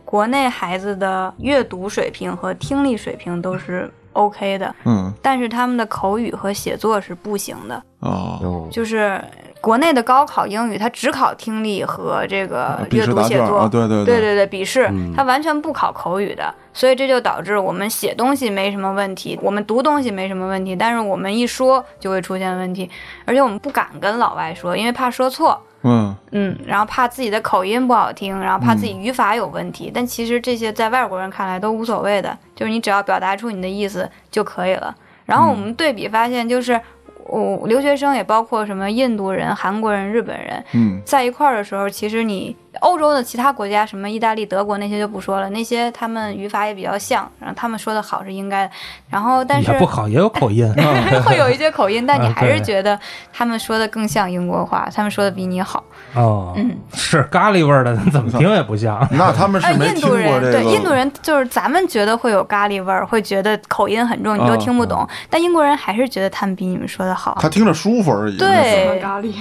Speaker 4: 国内孩子的阅读水平和听力水平都是 OK 的，
Speaker 3: 嗯
Speaker 4: 但是他们的口语和写作是不行的。
Speaker 3: 啊，
Speaker 2: 哦
Speaker 4: 就是国内的高考英语，它只考听力和这个
Speaker 3: 笔
Speaker 4: 呃阅
Speaker 3: 试
Speaker 4: 读
Speaker 3: 答
Speaker 4: 写
Speaker 3: 卷
Speaker 4: 作，
Speaker 3: 啊，对对
Speaker 4: 对
Speaker 3: 对
Speaker 4: 对对，笔试
Speaker 2: 嗯
Speaker 4: 它完全不考口语的，所以这就导致我们写东西没什么问题，我们读东西没什么问题，但是我们一说就会出现问题，而且我们不敢跟老外说，因为怕说错，
Speaker 3: 嗯
Speaker 4: 嗯，然后怕自己的口音不好听，然后怕自己语法有问题，但其实这些在外国人看来都无所谓的，就是你只要表达出你的意思就可以了。然后我们对比发现，就是我、留学生也包括什么印度人、韩国人、日本人，
Speaker 3: 嗯
Speaker 4: 在一块儿的时候，其实你欧洲的其他国家，什么意大利、德国那些就不说了，那些他们语法也比较像，然后他们说的好是应该的。然后，但是
Speaker 5: 也不好，也有口音。
Speaker 4: 会有一些口音，但你
Speaker 5: 啊
Speaker 4: 还是
Speaker 5: 对
Speaker 4: 觉得他们说的更像英国话，他们说的比你好。
Speaker 5: 哦，
Speaker 4: 嗯，
Speaker 5: 是咖喱味儿的，怎么听也不像。
Speaker 3: 那他们
Speaker 4: 啊，
Speaker 3: 是没
Speaker 4: 印
Speaker 3: 听
Speaker 4: 度
Speaker 3: 过
Speaker 4: 人
Speaker 3: 这
Speaker 4: 对印度
Speaker 3: 个
Speaker 4: 人就是咱们觉得会有咖喱味儿，会觉得口音很重，你都
Speaker 3: 啊
Speaker 4: 听不懂。但英国人还是觉得他们比你们说的好。
Speaker 3: 他听着舒服而已。那是
Speaker 4: 对
Speaker 6: 咖喱，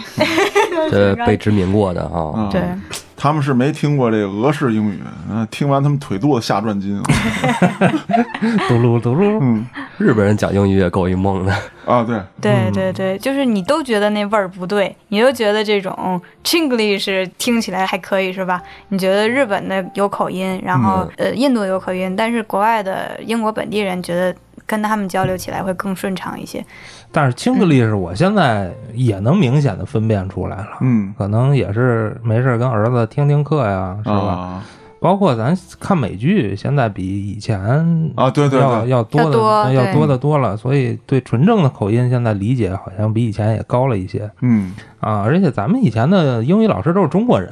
Speaker 2: 这被殖民过的哈，
Speaker 3: 啊，
Speaker 4: 对，
Speaker 3: 他们是没听过这个俄式英语，啊听完他们腿肚子下转筋啊
Speaker 5: 嘟噜嘟噜，
Speaker 3: 嗯
Speaker 2: 日本人讲英语也够一梦的。
Speaker 3: 啊，对，
Speaker 4: 对
Speaker 5: 嗯
Speaker 4: 对对，就是你都觉得那味儿不对，你都觉得这种嗯 Chinglish 听起来还可以是吧？你觉得日本的有口音，然后、
Speaker 5: 嗯
Speaker 4: 呃印度有口音，但是国外的英国本地人觉得跟他们交流起来会更顺畅一些。
Speaker 5: 但是清格力是我现在也能明显的分辨出来了。
Speaker 3: 嗯
Speaker 5: 可能也是没事儿跟儿子听听课呀，是吧？
Speaker 3: 啊
Speaker 5: 包括咱看美剧，现在比以前
Speaker 3: 啊，对对
Speaker 5: 要
Speaker 3: 对，
Speaker 5: 要多
Speaker 4: 要
Speaker 5: 的呃
Speaker 4: 多
Speaker 5: 要
Speaker 4: 对
Speaker 5: 多的多了，所以对纯正的口音现在理解好像比以前也高了一些
Speaker 3: 嗯
Speaker 5: 啊，而且咱们以前的英语老师都是中国人，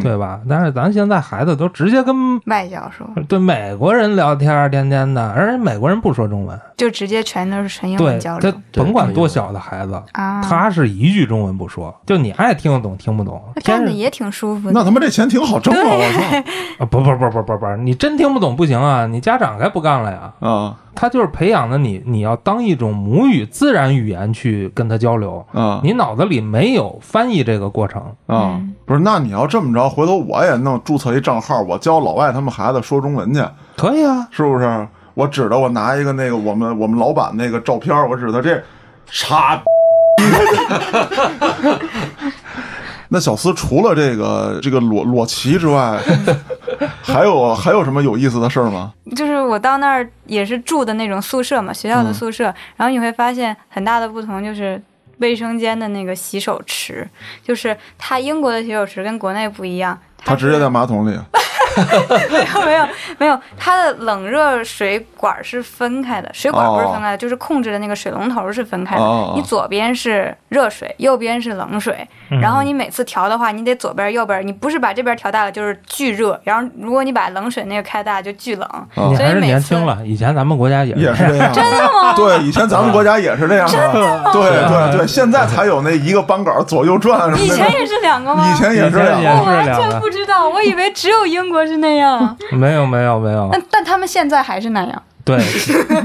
Speaker 3: 嗯，
Speaker 5: 对吧？但是咱现在孩子都直接跟
Speaker 4: 外教说
Speaker 5: 对美国人聊天儿，天天的，而且美国人不说中文，
Speaker 4: 就直接全都是纯英
Speaker 5: 对
Speaker 4: 文交
Speaker 5: 他
Speaker 4: 流
Speaker 5: 甭管多小的孩子，
Speaker 4: 啊，
Speaker 5: 他是一句中文不说，就你爱听得懂听不懂
Speaker 4: 那，
Speaker 5: 但
Speaker 4: 看着
Speaker 5: 是
Speaker 4: 也挺舒服的。
Speaker 3: 那他妈这钱挺好挣啊！我
Speaker 5: 啊不不不不不不，你真听不懂不行啊，你家长该不干了呀。
Speaker 3: 操啊
Speaker 5: 他就是培养的你，你要当一种母语自然语言去跟他交流，
Speaker 3: 啊
Speaker 5: 你脑子里没有翻译这个过程，
Speaker 3: 啊！
Speaker 5: 嗯
Speaker 3: 不是，那你要这么着，回头我也弄注册一账号，我教老外他们孩子说中文去，
Speaker 5: 可以啊。
Speaker 3: 是不是？我指着我拿一个那个我们我们老板那个照片，我指着这叉。 那小司除了这个这个裸裸骑之外，还有还有什么有意思的事儿吗？
Speaker 4: 就是我到那儿也是住的那种宿舍嘛，学校
Speaker 3: 嗯
Speaker 4: 的宿舍，然后你会发现很大的不同就是。卫生间的那个洗手池，就是它英国的洗手池跟国内不一样，
Speaker 3: 他直接
Speaker 4: 是
Speaker 3: 在马桶里，
Speaker 4: 没有没有，它的冷热水管是分开的，水管不是分开的，就是控制的那个水龙头是分开的。
Speaker 3: 哦哦哦哦
Speaker 4: 你左边是热水，右边是冷水，然后你每次调的话，你得左边右边，你不是把这边调大了就是巨热，然后如果你把冷水那个开大就巨冷。
Speaker 3: 哦
Speaker 5: 你
Speaker 4: 所以
Speaker 5: 还是
Speaker 4: 每
Speaker 5: 年
Speaker 4: 次
Speaker 5: 轻了，以前咱们国啊家也
Speaker 3: 也是这样。真的吗？对，以前咱们国家也是这样的。对对对，现在才有那一个扳杆左右转什么的。
Speaker 4: 以前也是两个吗？
Speaker 3: 以前
Speaker 5: 以
Speaker 3: 也
Speaker 5: 前
Speaker 3: 是这样
Speaker 5: 也
Speaker 4: 我
Speaker 5: 是
Speaker 4: 完
Speaker 5: 两
Speaker 4: 全
Speaker 5: 个
Speaker 4: 不，知道，我以为只有英国是那 样，
Speaker 5: 没有没有没 有，
Speaker 4: 但但他们现在还是那样。
Speaker 5: 对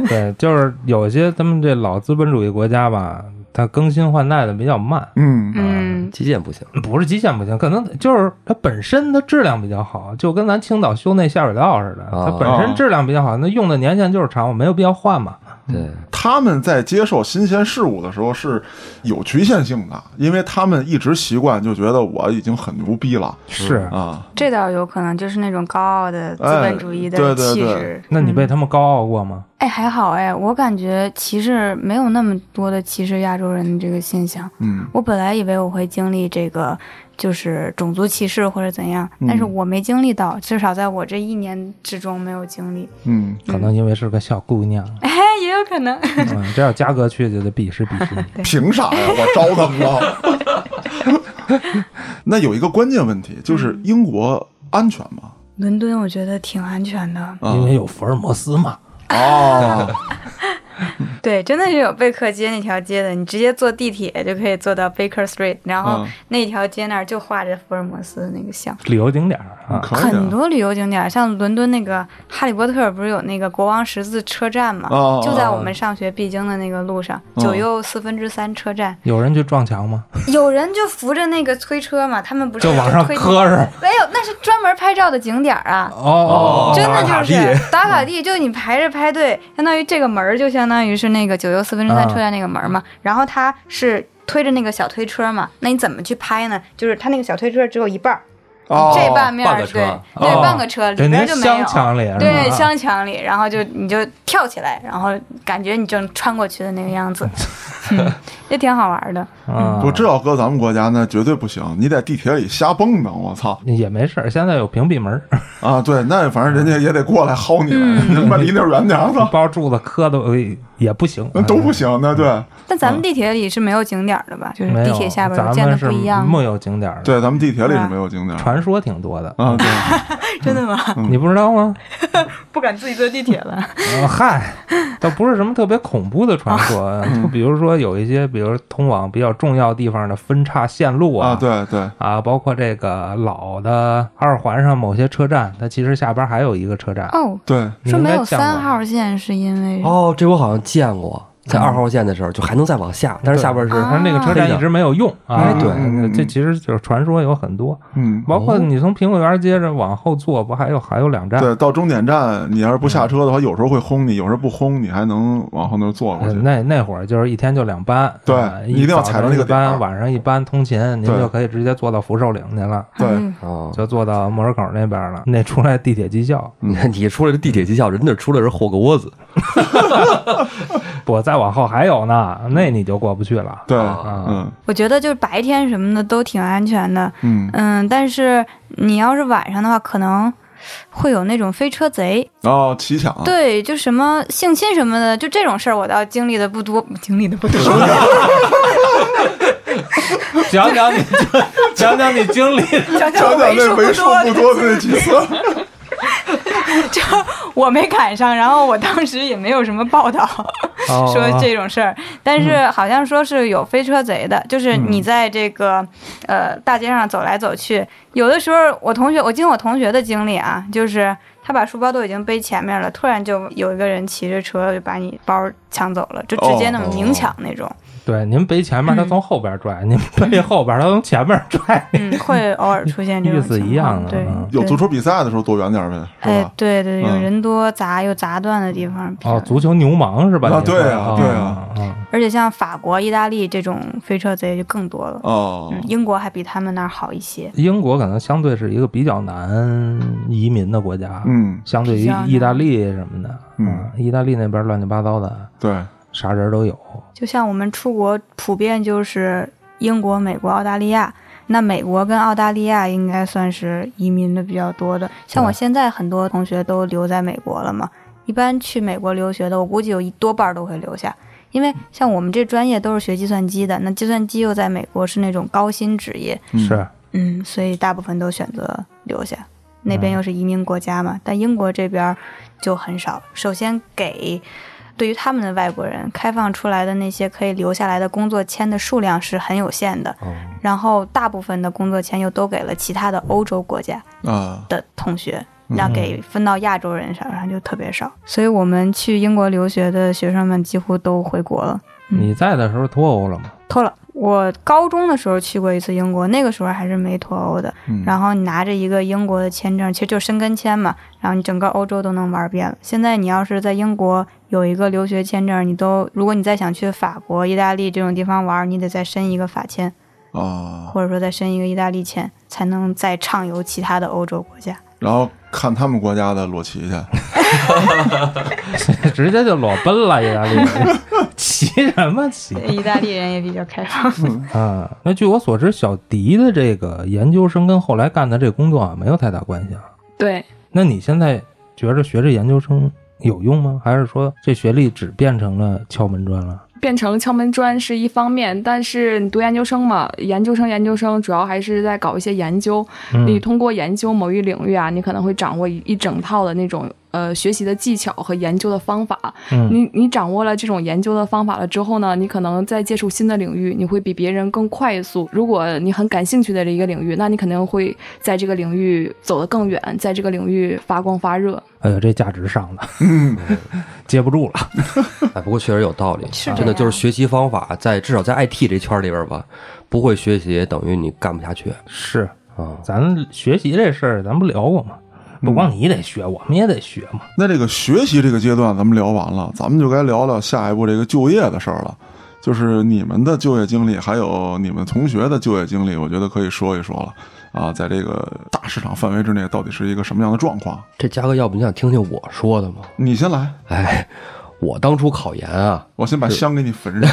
Speaker 5: 对，就是有些咱们这老资本主义国家吧，它更新换代的比较慢，
Speaker 3: 嗯
Speaker 4: 嗯，
Speaker 2: 基建不行，
Speaker 5: 不是基建不行，可能就是它本身的质量比较好，就跟咱青岛修那下水道似的，它
Speaker 2: 哦
Speaker 5: 本身质量比较好，那用的年限就是长，我没有必要换嘛。
Speaker 2: 对，
Speaker 3: 他们在接受新鲜事物的时候是有局限性的，因为他们一直习惯就觉得我已经很牛逼了
Speaker 5: 是，
Speaker 3: 啊。
Speaker 4: 这倒有可能，就是那种高傲的资本主义
Speaker 3: 哎对
Speaker 4: 的
Speaker 3: 对
Speaker 4: 气
Speaker 3: 对
Speaker 4: 质。
Speaker 5: 那你
Speaker 4: 嗯
Speaker 5: 被他们高傲过吗？
Speaker 4: 哎，还好哎，我感觉歧视没有那么多的歧视亚洲人的这个现象。
Speaker 3: 嗯，
Speaker 4: 我本来以为我会经历这个，就是种族歧视或者怎样，但是
Speaker 3: 嗯
Speaker 4: 我没经历到，至少在我这一年之中没有经历。
Speaker 3: 嗯，
Speaker 5: 可能因为是个小姑娘，
Speaker 4: 哎，也有可能。
Speaker 5: 嗯，这要嘉哥去就得鄙视鄙视你。
Speaker 3: 凭啥呀？我招他们了。 那有一个关键问题，
Speaker 4: 嗯
Speaker 3: 就是英国安全吗？
Speaker 4: 伦敦我觉得挺安全的，
Speaker 3: 啊
Speaker 5: 因为有福尔摩斯嘛，
Speaker 4: 啊
Speaker 3: 哦，
Speaker 4: 对，真的是有贝克街那条街的，你直接坐地铁就可以坐到 Baker Street，然后
Speaker 3: 嗯
Speaker 4: 那条街那儿就画着福尔摩斯那个像。
Speaker 5: 旅游景点儿啊，
Speaker 3: 可以
Speaker 4: 很
Speaker 3: 啊。
Speaker 4: 多旅游景点儿，像伦敦那个《哈利波特》不是有那个国王十字车站嘛？
Speaker 3: 哦哦
Speaker 4: 就在我们上学必经的那个路上，
Speaker 5: 嗯
Speaker 3: 哦
Speaker 4: 九又四分之三车站，
Speaker 5: 有人去撞墙吗？
Speaker 4: 有人就扶着那个推车嘛，他们不是
Speaker 5: 就往上
Speaker 4: 推
Speaker 5: 磕是？
Speaker 4: 没有，那是专门拍照的景点儿啊。
Speaker 5: 哦，
Speaker 4: 真的就是 打卡地，就你排着排队，相当于这个门儿就相当于是那个九又四分之三
Speaker 5: 啊
Speaker 4: 车站那个门儿嘛，然后它是推着那个小推车嘛，那你怎么去拍呢？就是它那个小推车只有一半儿，
Speaker 3: 哦
Speaker 4: 这半面
Speaker 2: 半
Speaker 4: 儿
Speaker 2: 个车
Speaker 4: 对
Speaker 5: 哦
Speaker 4: 对半个车里
Speaker 5: 给您
Speaker 4: 边就没
Speaker 5: 镶
Speaker 4: 有。
Speaker 5: 墙里，
Speaker 4: 对，镶墙里，然后就你就跳起来，然后感觉你正穿过去的那个样 子， 嗯也挺好玩的。
Speaker 5: 啊，
Speaker 3: 我这要搁咱们国家那绝对不行，你在地铁里瞎蹦呢，我操
Speaker 5: 也没事儿，现在有屏蔽门儿，
Speaker 3: 啊！对，那反正人家也得过来薅你来， 你他妈离那儿远点儿，我操，
Speaker 5: 包柱子磕的也不行，
Speaker 3: 那都不行，那对。
Speaker 4: 但咱们地铁里是没有景点儿的吧？就是
Speaker 5: 嗯没有。
Speaker 4: 地铁下边儿
Speaker 5: 咱
Speaker 4: 建的
Speaker 5: 们
Speaker 4: 不
Speaker 5: 是
Speaker 4: 一样，
Speaker 5: 木有景点儿的，
Speaker 3: 对，咱们地铁里是没有景点儿
Speaker 5: 传说挺多的，
Speaker 3: 啊，对，
Speaker 4: 真的吗？
Speaker 5: 你不知道吗？
Speaker 4: 不敢自己坐地铁了。
Speaker 5: 呃嗨，倒不是什么特别恐怖的传说，就比如说有一些，比如通往比较重要地方的分叉线路
Speaker 3: 啊，对对，
Speaker 5: 啊，包括这个老的二环上某些车站，它其实下边还有一个车站。
Speaker 4: 哦，
Speaker 3: 对，
Speaker 5: 你
Speaker 4: 说
Speaker 5: 应
Speaker 4: 没
Speaker 5: 该
Speaker 4: 有
Speaker 5: 见过
Speaker 4: 三号线是因为
Speaker 2: 哦，这我好像见过，在二号线的时候就还能再往下，但是下边是
Speaker 4: 对
Speaker 5: 它那个车站一直没有用啊
Speaker 2: 哎。对
Speaker 5: 嗯这其实就是传说有很多，
Speaker 3: 嗯，
Speaker 5: 包括你从苹果园接着往后坐，不还有还有两站？
Speaker 3: 对，到终点站，你要是不下车的话，有时候会轰你，有时候不轰你，还能往后那儿坐过
Speaker 5: 呃
Speaker 3: 去。
Speaker 5: 那那会儿就是一天就两班，
Speaker 3: 对
Speaker 5: 啊
Speaker 3: 你一定要
Speaker 5: 早
Speaker 3: 踩着
Speaker 5: 上
Speaker 3: 那个
Speaker 5: 一
Speaker 3: 点儿
Speaker 5: 班，晚上一班通勤，您
Speaker 3: 对
Speaker 5: 就可以直接坐到福寿岭去了，
Speaker 3: 对，
Speaker 2: 哦，
Speaker 5: 就坐到门口那边了。那出来地铁技校，
Speaker 2: 你看你出来这地铁技校，人那出来是霍格沃兹，
Speaker 5: 我再往后还有呢，那你就过不去 了。
Speaker 3: 对，
Speaker 2: 啊
Speaker 3: 嗯
Speaker 4: 我觉得就是白天什么的都挺安全的，
Speaker 3: 嗯
Speaker 4: 嗯，但是你要是晚上的话，可能会有那种飞车贼，
Speaker 3: 然后骑抢，
Speaker 4: 对，就什么性侵什么的，就这种事儿，我倒经历的不多，经历的不多。
Speaker 5: 讲讲你经讲讲你经历，
Speaker 6: 讲
Speaker 3: 讲讲那为数
Speaker 6: 为数
Speaker 3: 不
Speaker 6: 不
Speaker 3: 多
Speaker 6: 多
Speaker 3: 的
Speaker 6: 的
Speaker 3: 那几次，
Speaker 4: 就我没赶上，然后我当时也没有什么报道
Speaker 5: 哦 嗯
Speaker 4: 说这种事儿，但是好像说是有飞车贼的，就是你在这个呃大街上走来走去，有的时候我同学，我经我同学的经历啊，就是他把书包都已经背前面了，突然就有一个人骑着车就把你包抢走了，就直接那么
Speaker 5: 哦
Speaker 4: 明抢那种，
Speaker 5: 对，您背前面，他
Speaker 4: 嗯
Speaker 5: 从后边拽；您背后边，他从前面拽。
Speaker 4: 嗯，会偶尔出现这种
Speaker 5: 意思
Speaker 4: 情
Speaker 5: 一样
Speaker 4: 况，
Speaker 5: 的
Speaker 4: 对
Speaker 5: 嗯，
Speaker 3: 有
Speaker 4: 对
Speaker 3: 足球比赛的时候躲远点儿呗，是
Speaker 4: 哎
Speaker 3: 吧，？
Speaker 4: 对对，有
Speaker 3: 嗯
Speaker 4: 人多砸又砸断的地方比较
Speaker 5: 哦，足球牛氓是吧？
Speaker 3: 啊
Speaker 5: 你说
Speaker 3: 对啊对啊，
Speaker 5: 啊
Speaker 4: 而且像法国、意大利这种飞车贼就更多了。
Speaker 3: 哦
Speaker 4: 嗯，，英国还比他们那儿好一些。
Speaker 5: 英国可能相对是一个比较难移民的国家，，
Speaker 3: 嗯，
Speaker 5: 相对
Speaker 4: 比
Speaker 5: 于
Speaker 4: 较难
Speaker 5: 意大利什么的，
Speaker 3: 嗯
Speaker 5: 啊，意大利那边乱七八糟的，
Speaker 3: 对，
Speaker 5: 啥人都有。
Speaker 4: 就像我们出国，普遍就是英国、美国、澳大利亚。那美国跟澳大利亚应该算是移民的比较多的。像我
Speaker 5: 对
Speaker 4: 现在很多同学都留在美国了嘛，一般去美国留学的，我估计有一多半儿都会留下。因为像我们这专业都是学计算机的，那计算机又在美国是那种高薪职业，
Speaker 3: 嗯
Speaker 5: 是，
Speaker 4: 嗯，所以大部分都选择留下。那边又是移民国家嘛，但英国这边儿就很少。首先给对于他们的外国人开放出来的那些可以留下来的工作签的数量是很有限的，
Speaker 2: 哦，
Speaker 4: 然后大部分的工作签又都给了其他的欧洲国家
Speaker 3: 啊，
Speaker 4: 的同学，那给分到亚洲人手上就特别少。所以我们去英国留学的学生们几乎都回国了。嗯
Speaker 5: 你在的时候脱欧了吗？
Speaker 4: 脱了。我高中的时候去过一次英国，那个时候还是没脱欧的。
Speaker 3: 嗯
Speaker 4: 然后你拿着一个英国的签证，其实就是申根签嘛，然后你整个欧洲都能玩遍了。现在你要是在英国有一个留学签证，你都如果你再想去法国、意大利这种地方玩，你得再申一个法签，
Speaker 3: 啊，
Speaker 4: 或者说再申一个意大利签，才能再畅游其他的欧洲国家。
Speaker 3: 然后看他们国家的裸骑去，
Speaker 5: 直接就裸奔了，意大利， 骑什么骑？
Speaker 4: 意大利人也比较开 放，
Speaker 5: 啊，那据我所知，小迪的这个研究生跟后来干的这工作啊，没有太大关系啊。
Speaker 6: 对，
Speaker 5: 那你现在觉着学这研究生有用吗？还是说这学历只变成了敲门砖了？
Speaker 6: 变成敲门砖是一方面，但是你读研究生嘛，研究生研究生主要还是在搞一些研究。
Speaker 5: 嗯，
Speaker 6: 你通过研究某一领域啊，你可能会掌握一一整套的那种呃学习的技巧和研究的方法。
Speaker 5: 嗯
Speaker 6: 你你掌握了这种研究的方法了之后呢，你可能在接触新的领域，你会比别人更快速。如果你很感兴趣的一个领域，那你肯定会在这个领域走得更远，在这个领域发光发热。
Speaker 5: 哎呀，这价值上的， 接不住了。
Speaker 2: 哎，不过确实有道理，
Speaker 4: 是这啊
Speaker 2: 真的就是
Speaker 4: 样
Speaker 2: 学习方法在至少在 IT 这圈里边吧，不会学习等于你干不下去
Speaker 5: 是，
Speaker 2: 啊。
Speaker 5: 咱学习这事儿，咱不聊过吗？
Speaker 2: 嗯
Speaker 5: 不光你得学，我们也得学嘛。
Speaker 3: 那这个学习这个阶段咱们聊完了，咱们就该聊聊下一步这个就业的事儿了。就是你们的就业经历，还有你们同学的就业经历，我觉得可以说一说了。啊，在这个大市场范围之内，到底是一个什么样的状况？
Speaker 2: 这嘉哥，要不你想听听我说的吗？
Speaker 3: 你先来，
Speaker 2: 哎，我当初考研啊，
Speaker 3: 我先把香给你焚上。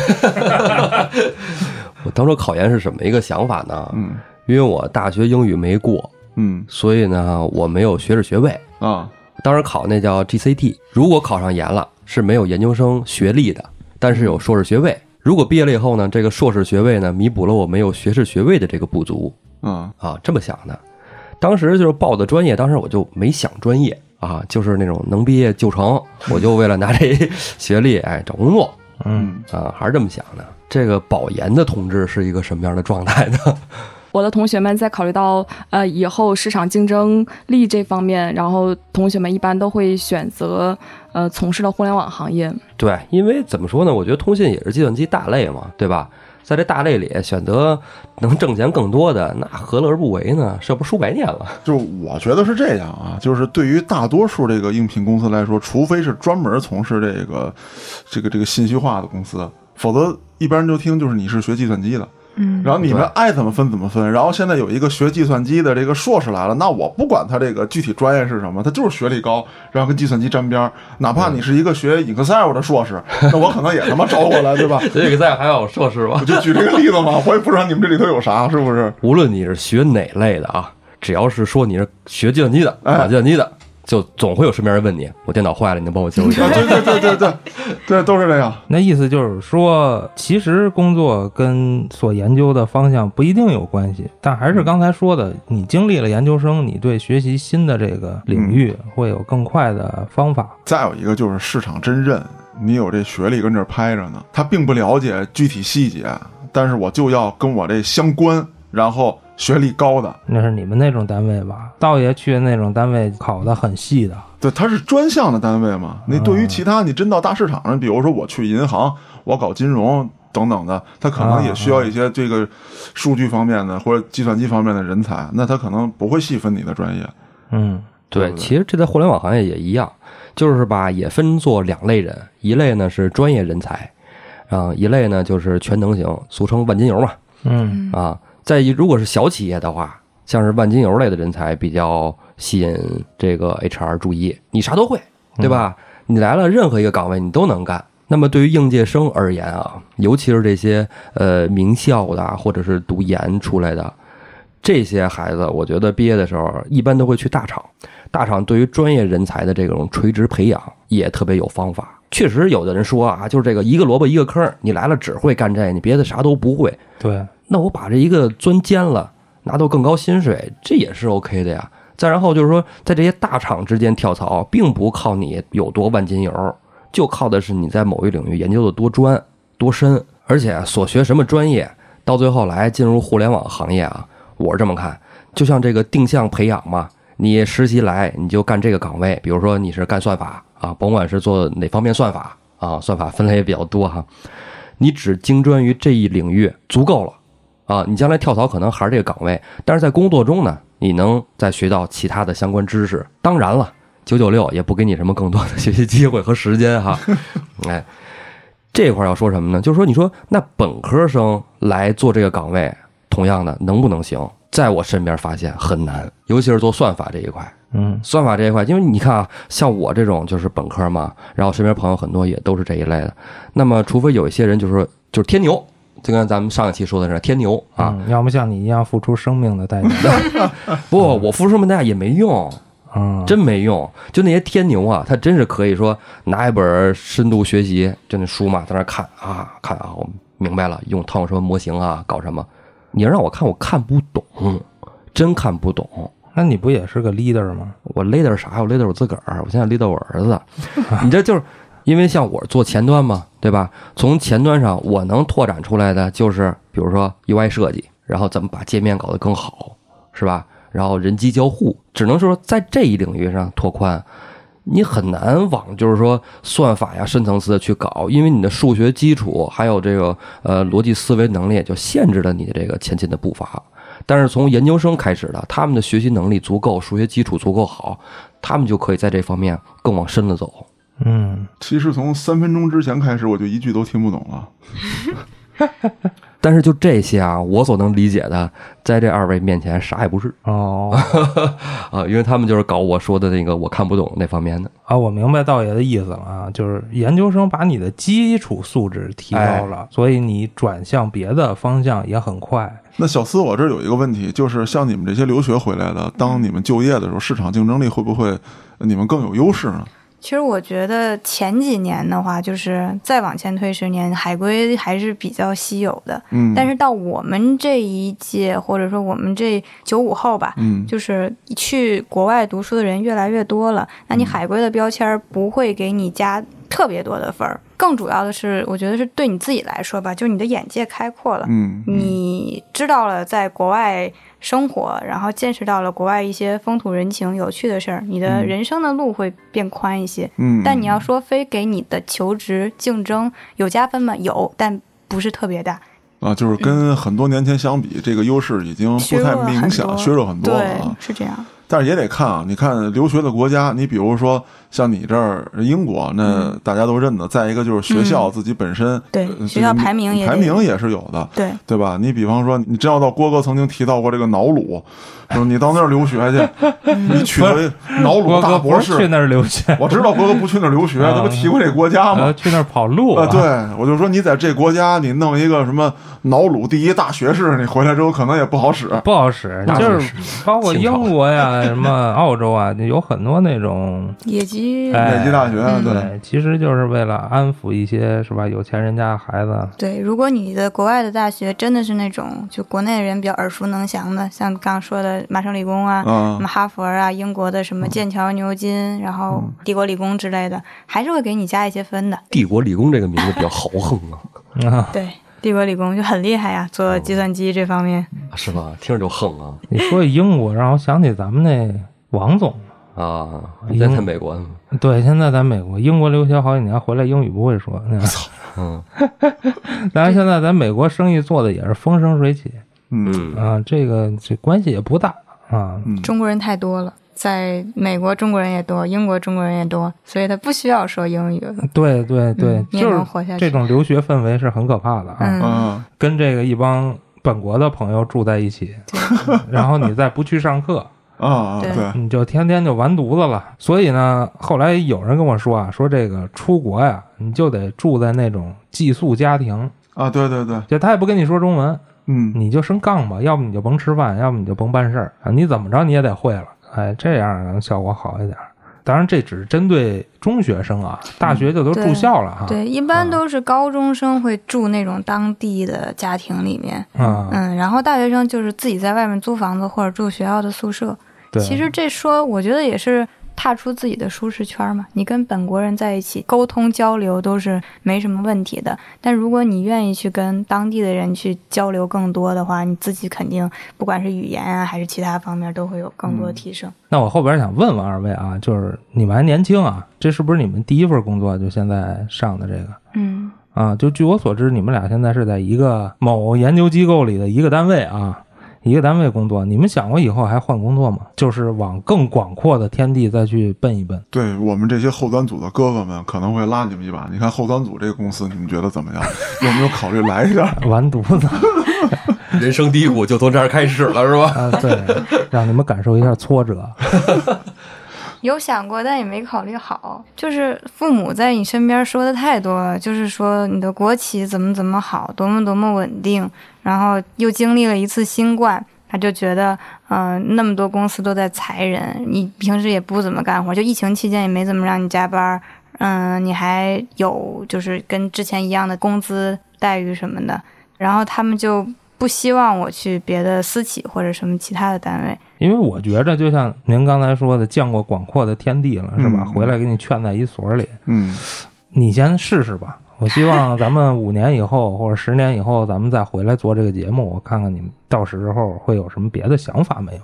Speaker 2: 我当初考研是什么一个想法呢？
Speaker 3: 嗯
Speaker 2: 因为我大学英语没过，
Speaker 3: 嗯
Speaker 2: 所以呢，我没有学士学位。
Speaker 3: 啊
Speaker 2: 当时考那叫 GCT，如果考上研了，是没有研究生学历的，但是有硕士学位。如果毕业了以后呢，这个硕士学位呢，弥补了我没有学士学位的这个不足
Speaker 3: 啊
Speaker 2: 啊，这么想的。当时就是报的专业，当时我就没想专业啊，就是那种能毕业就成，我就为了拿这 学历，哎，找工作
Speaker 5: 嗯，
Speaker 2: 啊，还是这么想的。这个保研的同志是一个什么样的状态呢？
Speaker 6: 我的同学们在考虑到呃以后市场竞争力这方面，然后同学们一般都会选择呃从事了互联网行业。
Speaker 2: 对，因为怎么说呢？我觉得通信也是计算机大类嘛，对吧？在这大类里选择能挣钱更多的，那何乐而不为呢？这不是数白念了？
Speaker 3: 就是我觉得是这样啊，就是对于大多数这个应聘公司来说，除非是专门从事这个这个这个信息化的公司，否则一般人就听就是你是学计算机的，
Speaker 4: 嗯，
Speaker 3: 然后你们爱怎么分怎么分。然后现在有一个学计算机的这个硕士来了，那我不管他这个具体专业是什么，他就是学历高，然后跟计算机沾边儿。哪怕你是一个学 Excel 的硕士，那我可能也他妈招过来，对吧？
Speaker 2: 这个在还有硕士吧
Speaker 3: 我？就举这个例子嘛，我也不知道你们这里头有啥，是不是？
Speaker 2: 无论你是学哪类的啊，只要是说你是学计算机的，
Speaker 3: 哎
Speaker 2: 搞计算机的，就总会有身边人问你，我电脑坏了，你能帮我修一下
Speaker 3: 啊，？对对对对对对，都是这样。
Speaker 5: 那意思就是说，其实工作跟所研究的方向不一定有关系，但还是刚才说的，你经历了研究生，你对学习新的这个领域
Speaker 2: 嗯
Speaker 5: 会有更快的方法。
Speaker 3: 再有一个就是市场真认，你有这学历跟这儿拍着呢，他并不了解具体细节，但是我就要跟我这相关，然后学历高的，
Speaker 5: 那是你们那种单位吧？道爷去的那种单位考的很细的，
Speaker 3: 对，它是专项的单位嘛。你对于其他，你真到大市场上，比如说我去银行，我搞金融等等的，他可能也需要一些这个数据方面的或者计算机方面的人才，那他可能不会细分你的专业。
Speaker 5: 嗯
Speaker 2: 对，其实这在互联网行业也一样，就是吧，也分作两类人，一类呢是专业人才，啊、一类呢就是全能型，俗称万金油嘛，
Speaker 5: 嗯
Speaker 2: 啊，在于如果是小企业的话，像是万金油类的人才比较吸引这个 HR 注意，你啥都会，对吧？你来了任何一个岗位你都能干。那么对于应届生而言啊，尤其是这些呃名校的啊或者是读研出来的这些孩子，我觉得毕业的时候一般都会去大厂，大厂对于专业人才的这种垂直培养也特别有方法。确实，有的人说啊，就是这个一个萝卜一个坑儿，你来了只会干这，你别的啥都不会。
Speaker 5: 对，
Speaker 2: 那我把这一个钻尖了，拿到更高薪水，这也是 OK 的呀。再然后就是说，在这些大厂之间跳槽，并不靠你有多万金油，就靠的是你在某一领域研究的多专多深，而且啊所学什么专业，到最后来进入互联网行业啊，我是这么看，就像这个定向培养嘛，你实习来你就干这个岗位，比如说你是干算法啊，甭管是做哪方面算法啊，算法分类也比较多哈，你只精专于这一领域足够了。啊，你将来跳槽可能还是这个岗位，但是在工作中呢，你能再学到其他的相关知识。当然了，九九六也不给你什么更多的 学习机会和时间哈。哎，这块儿要说什么呢？就是说，你说那本科生来做这个岗位，同样的能不能行？在我身边发现很难，尤其是做算法这一块。
Speaker 5: 嗯
Speaker 2: 算法这一块，因为你看啊，像我这种就是本科嘛，然后身边朋友很多也都是这一类的。那么，除非有一些人就是说就是天牛，就跟咱们上一期说的是天牛啊，
Speaker 5: 嗯，要么像你一样付出生命的代价，
Speaker 2: 不，我付出这么大也没用，
Speaker 5: 嗯，
Speaker 2: 真没用。就那些天牛啊，他真是可以说拿一本深度学习就那书嘛，在那儿看啊看啊，我明白了，用套用什么模型啊，搞什么？你要让我看，我看不懂，真看不懂。
Speaker 5: 那你不也是个 leader 吗？
Speaker 2: 我勒点啥？我勒点我自个儿，我现在勒到我儿子。你这就是因为像我做前端嘛，对吧？从前端上我能拓展出来的就是，比如说 UI 设计，然后怎么把界面搞得更好，是吧？然后人机交互，只能说在这一领域上拓宽，你很难往就是说算法呀深层次的去搞，因为你的数学基础还有这个呃逻辑思维能力就限制了你的这个前进的步伐。但是从研究生开始的，他们的学习能力足够，数学基础足够好，他们就可以在这方面更往深了走。
Speaker 5: 嗯，
Speaker 3: 其实从三分钟之前开始，我就一句都听不懂了。
Speaker 2: 但是就这些啊，我所能理解的，在这二位面前啥也不是
Speaker 5: 哦
Speaker 2: 啊，因为他们就是搞我说的那个我看不懂那方面的。
Speaker 5: 啊，我明白道爷的意思了啊，就是研究生把你的基础素质提高了，所以你转向别的方向也很快。
Speaker 3: 那小思，我这儿有一个问题，就是像你们这些留学回来的，
Speaker 4: 嗯
Speaker 3: 当你们就业的时候，市场竞争力会不会呃你们更有优势呢？
Speaker 4: 其实我觉得前几年的话，就是再往前推十年，海归还是比较稀有的。
Speaker 3: 嗯，
Speaker 4: 但是到我们这一届，或者说我们这九五后吧，
Speaker 3: 嗯，
Speaker 4: 就是去国外读书的人越来越多了，那
Speaker 3: 嗯
Speaker 4: 你海归的标签儿不会给你加特别多的分儿，更主要的是，我觉得是对你自己来说吧，就是你的眼界开阔了，
Speaker 3: 嗯，嗯
Speaker 4: 你知道了在国外生活，然后见识到了国外一些风土人情、有趣的事儿，你的
Speaker 3: 嗯
Speaker 4: 人生的路会变宽一些。
Speaker 3: 嗯，
Speaker 4: 但你要说非给你的求职竞争有加分吗？有，但不是特别大。
Speaker 3: 啊，就是跟很多年前相比，这个优势已经不太明显，削弱很多了
Speaker 4: 对
Speaker 3: 啊，。
Speaker 4: 是这样。
Speaker 3: 但是也得看啊，你看留学的国家，你比如说像你这儿英国，那大家都认得。再一个就是学校自己本身，
Speaker 4: 嗯对
Speaker 3: 呃
Speaker 4: 学校
Speaker 3: 这个
Speaker 4: 排名也
Speaker 3: 排
Speaker 4: 得
Speaker 3: 名也是有的。
Speaker 4: 对，
Speaker 3: 对吧？你比方说，你知道到郭哥曾经提到过这个瑙鲁，说你到那儿留学去，你取得瑙
Speaker 5: 郭
Speaker 3: 鲁
Speaker 5: 哥
Speaker 3: 大
Speaker 5: 不
Speaker 3: 博
Speaker 5: 是去
Speaker 3: 士。
Speaker 5: 那儿留学，
Speaker 3: 我知道郭哥不去那儿留学，
Speaker 5: 啊
Speaker 3: 他不提过这国家
Speaker 5: 呃
Speaker 3: 吗？
Speaker 5: 去那儿跑路
Speaker 3: 啊，，对，我就说你在这国家，你弄一个什么瑙鲁第一大学士，你回来之后可能也不好使。
Speaker 5: 不好使，
Speaker 2: 那
Speaker 5: 就是是包括英国呀、在什么澳洲啊，有很多那种，
Speaker 4: 野鸡，
Speaker 5: 哎
Speaker 3: 野鸡大学，
Speaker 4: 嗯
Speaker 3: 对，
Speaker 5: 对，其实就是为了安抚一些是吧有钱人家的孩子，
Speaker 4: 对，如果你的国外的大学真的是那种就国内人比较耳熟能详的，像刚刚说的麻省理工
Speaker 5: 嗯
Speaker 4: 啊，
Speaker 3: 啊
Speaker 4: 什么，哈佛啊，英国的什么剑桥、牛津，然后
Speaker 5: 嗯
Speaker 4: 帝国理工之类的，还是会给你加一些分的。
Speaker 2: 帝国理工这个名字比较豪横啊，
Speaker 5: 啊，
Speaker 4: 对，帝国理工就很厉害呀，做计算机这方面。
Speaker 5: 哦
Speaker 2: 是吧？听着就横啊
Speaker 5: 你说起英国，让我想起咱们那王总，
Speaker 2: 啊！
Speaker 5: 哎
Speaker 2: 你
Speaker 5: 呦
Speaker 2: 在在美国呢吗？
Speaker 5: 对，现在在美国，英国留学好几年回来，英语不会说，我操，
Speaker 2: 嗯
Speaker 5: 但是现在咱美国生意做的也是风生水起
Speaker 3: 嗯
Speaker 2: 嗯，
Speaker 5: 啊，这个这关系也不大啊，
Speaker 3: 嗯，
Speaker 4: 中国人太多了，在美国中国人也多，英国中国人也多，所以他不需要说英语。
Speaker 5: 对对对
Speaker 4: 嗯，你也
Speaker 5: 就
Speaker 4: 能
Speaker 5: 是
Speaker 4: 活下去
Speaker 5: 这种留学氛围是很可怕的啊，
Speaker 4: 嗯，
Speaker 3: 啊，
Speaker 5: 跟这个一帮本国的朋友住在一起，然后你再不去上课，
Speaker 3: 啊，
Speaker 4: 对
Speaker 3: 对，
Speaker 5: 你就天天就完犊子了。所以呢，后来有人跟我说啊，说这个出国呀，你就得住在那种寄宿家庭，
Speaker 3: 啊，对对对，
Speaker 5: 就他也不跟你说中文，
Speaker 3: 嗯，
Speaker 5: 你就升杠吧，要不你就甭吃饭，要不你就甭办事儿啊，你怎么着你也得会了，哎，这样能效果好一点。当然，这只是针对中学生啊，大学就都住校了哈。
Speaker 4: 对，一
Speaker 5: 啊
Speaker 4: 般都是高中生会住那种当地的家庭里面，
Speaker 5: 啊，
Speaker 4: 嗯，然后大学生就是自己在外面租房子或者住学校的宿舍。
Speaker 5: 对，
Speaker 4: 其实这说，我觉得也是踏出自己的舒适圈嘛。你跟本国人在一起沟通交流都是没什么问题的，但如果你愿意去跟当地的人去交流更多的话，你自己肯定不管是语言啊还是其他方面都会有更
Speaker 5: 嗯
Speaker 4: 多的提升。
Speaker 5: 那我后边想问问二位啊，就是你们还年轻啊，这是不是你们第一份工作就现在上的这个
Speaker 4: 嗯，
Speaker 5: 啊？就据我所知，你们俩现在是在一个某研究机构里的一个单位啊，一个单位工作。你们想过以后还换工作吗？就是往更广阔的天地再去奔一奔？
Speaker 3: 对我们这些后端组的哥哥们可能会拉你们一把。你看后端组这个公司，你们觉得怎么样？有没有考虑来一下？
Speaker 5: 完犊子
Speaker 2: 人生低谷就从这儿开始了，是吧？
Speaker 5: 啊！ 对，让你们感受一下挫折。
Speaker 4: 有想过，但也没考虑好。就是父母在你身边说的太多了，就是说你的国企怎么怎么好，多么多么稳定，然后又经历了一次新冠，他就觉得，嗯、那么多公司都在裁人，你平时也不怎么干活，就疫情期间也没怎么让你加班儿，嗯、你还有就是跟之前一样的工资待遇什么的，然后他们就不希望我去别的私企或者什么其他的单位。
Speaker 5: 因为我觉着，就像您刚才说的，见过广阔的天地了，是吧？
Speaker 3: 嗯
Speaker 5: 回来给你劝在一所里，
Speaker 3: 嗯
Speaker 5: 你先试试吧。我希望咱们五年以后或者十年以后，咱们再回来做这个节目，我看看你们到时候会有什么别的想法没有。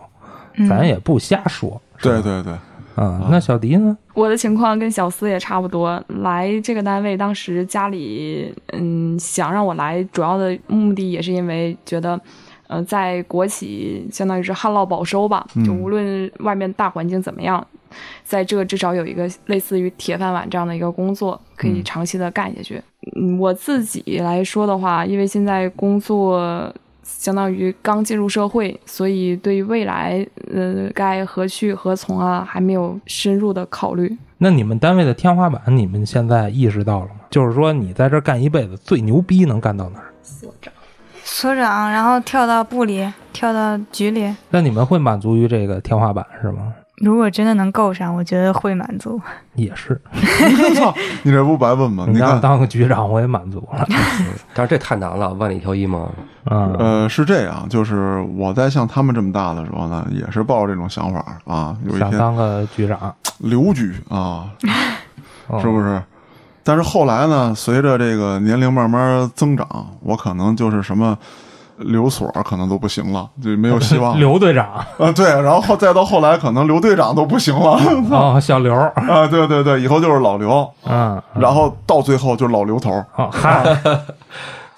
Speaker 4: 嗯、
Speaker 5: 咱也不瞎说，
Speaker 3: 对对 对，
Speaker 5: 啊、那小迪呢？
Speaker 6: 我的情况跟小思也差不多，来这个单位，当时家里嗯想让我来，主要的目的也是因为觉得，呃，在国企相当于是旱涝保收吧，就无论外面大环境怎么样，在这至少有一个类似于铁饭碗这样的一个工作，可以长期的干下去。嗯，我自己来说的话，因为现在工作。相当于刚进入社会，所以对于未来，呃，该何去何从啊，还没有深入的考虑。
Speaker 5: 那你们单位的天花板，你们现在意识到了吗？就是说，你在这儿干一辈子，最牛逼能干到哪儿？
Speaker 4: 所长，然后跳到部里，跳到局里。
Speaker 5: 那你们会满足于这个天花板是吗？
Speaker 4: 如果真的能够上，我觉得会满 足。
Speaker 5: 也是，
Speaker 3: 操，你这不白问吗？
Speaker 5: 你
Speaker 3: 你
Speaker 5: 让我
Speaker 3: 看，
Speaker 5: 嗯当个局长我也满足 了
Speaker 2: 但是这太难了，万里挑一嘛。
Speaker 5: 啊、
Speaker 3: 呃，是这样，就是我在像他们这么大的时候呢，也是抱着这种想法啊，有一
Speaker 5: 想
Speaker 3: 天
Speaker 5: 当个局长，
Speaker 3: 留局啊，
Speaker 5: 嗯
Speaker 3: 是不是？但是后来呢，随着这个年龄慢慢增长，我可能就是什么留所可能都不行了，就没有希望 了。
Speaker 5: 刘队长
Speaker 3: 啊，对，然后再到后来，可能刘队长都不行了
Speaker 5: 哦，小刘，
Speaker 3: 啊，对对对，以后就是老刘，
Speaker 5: 嗯，
Speaker 3: 然后到最后就是老刘头。
Speaker 5: 哦，嗨，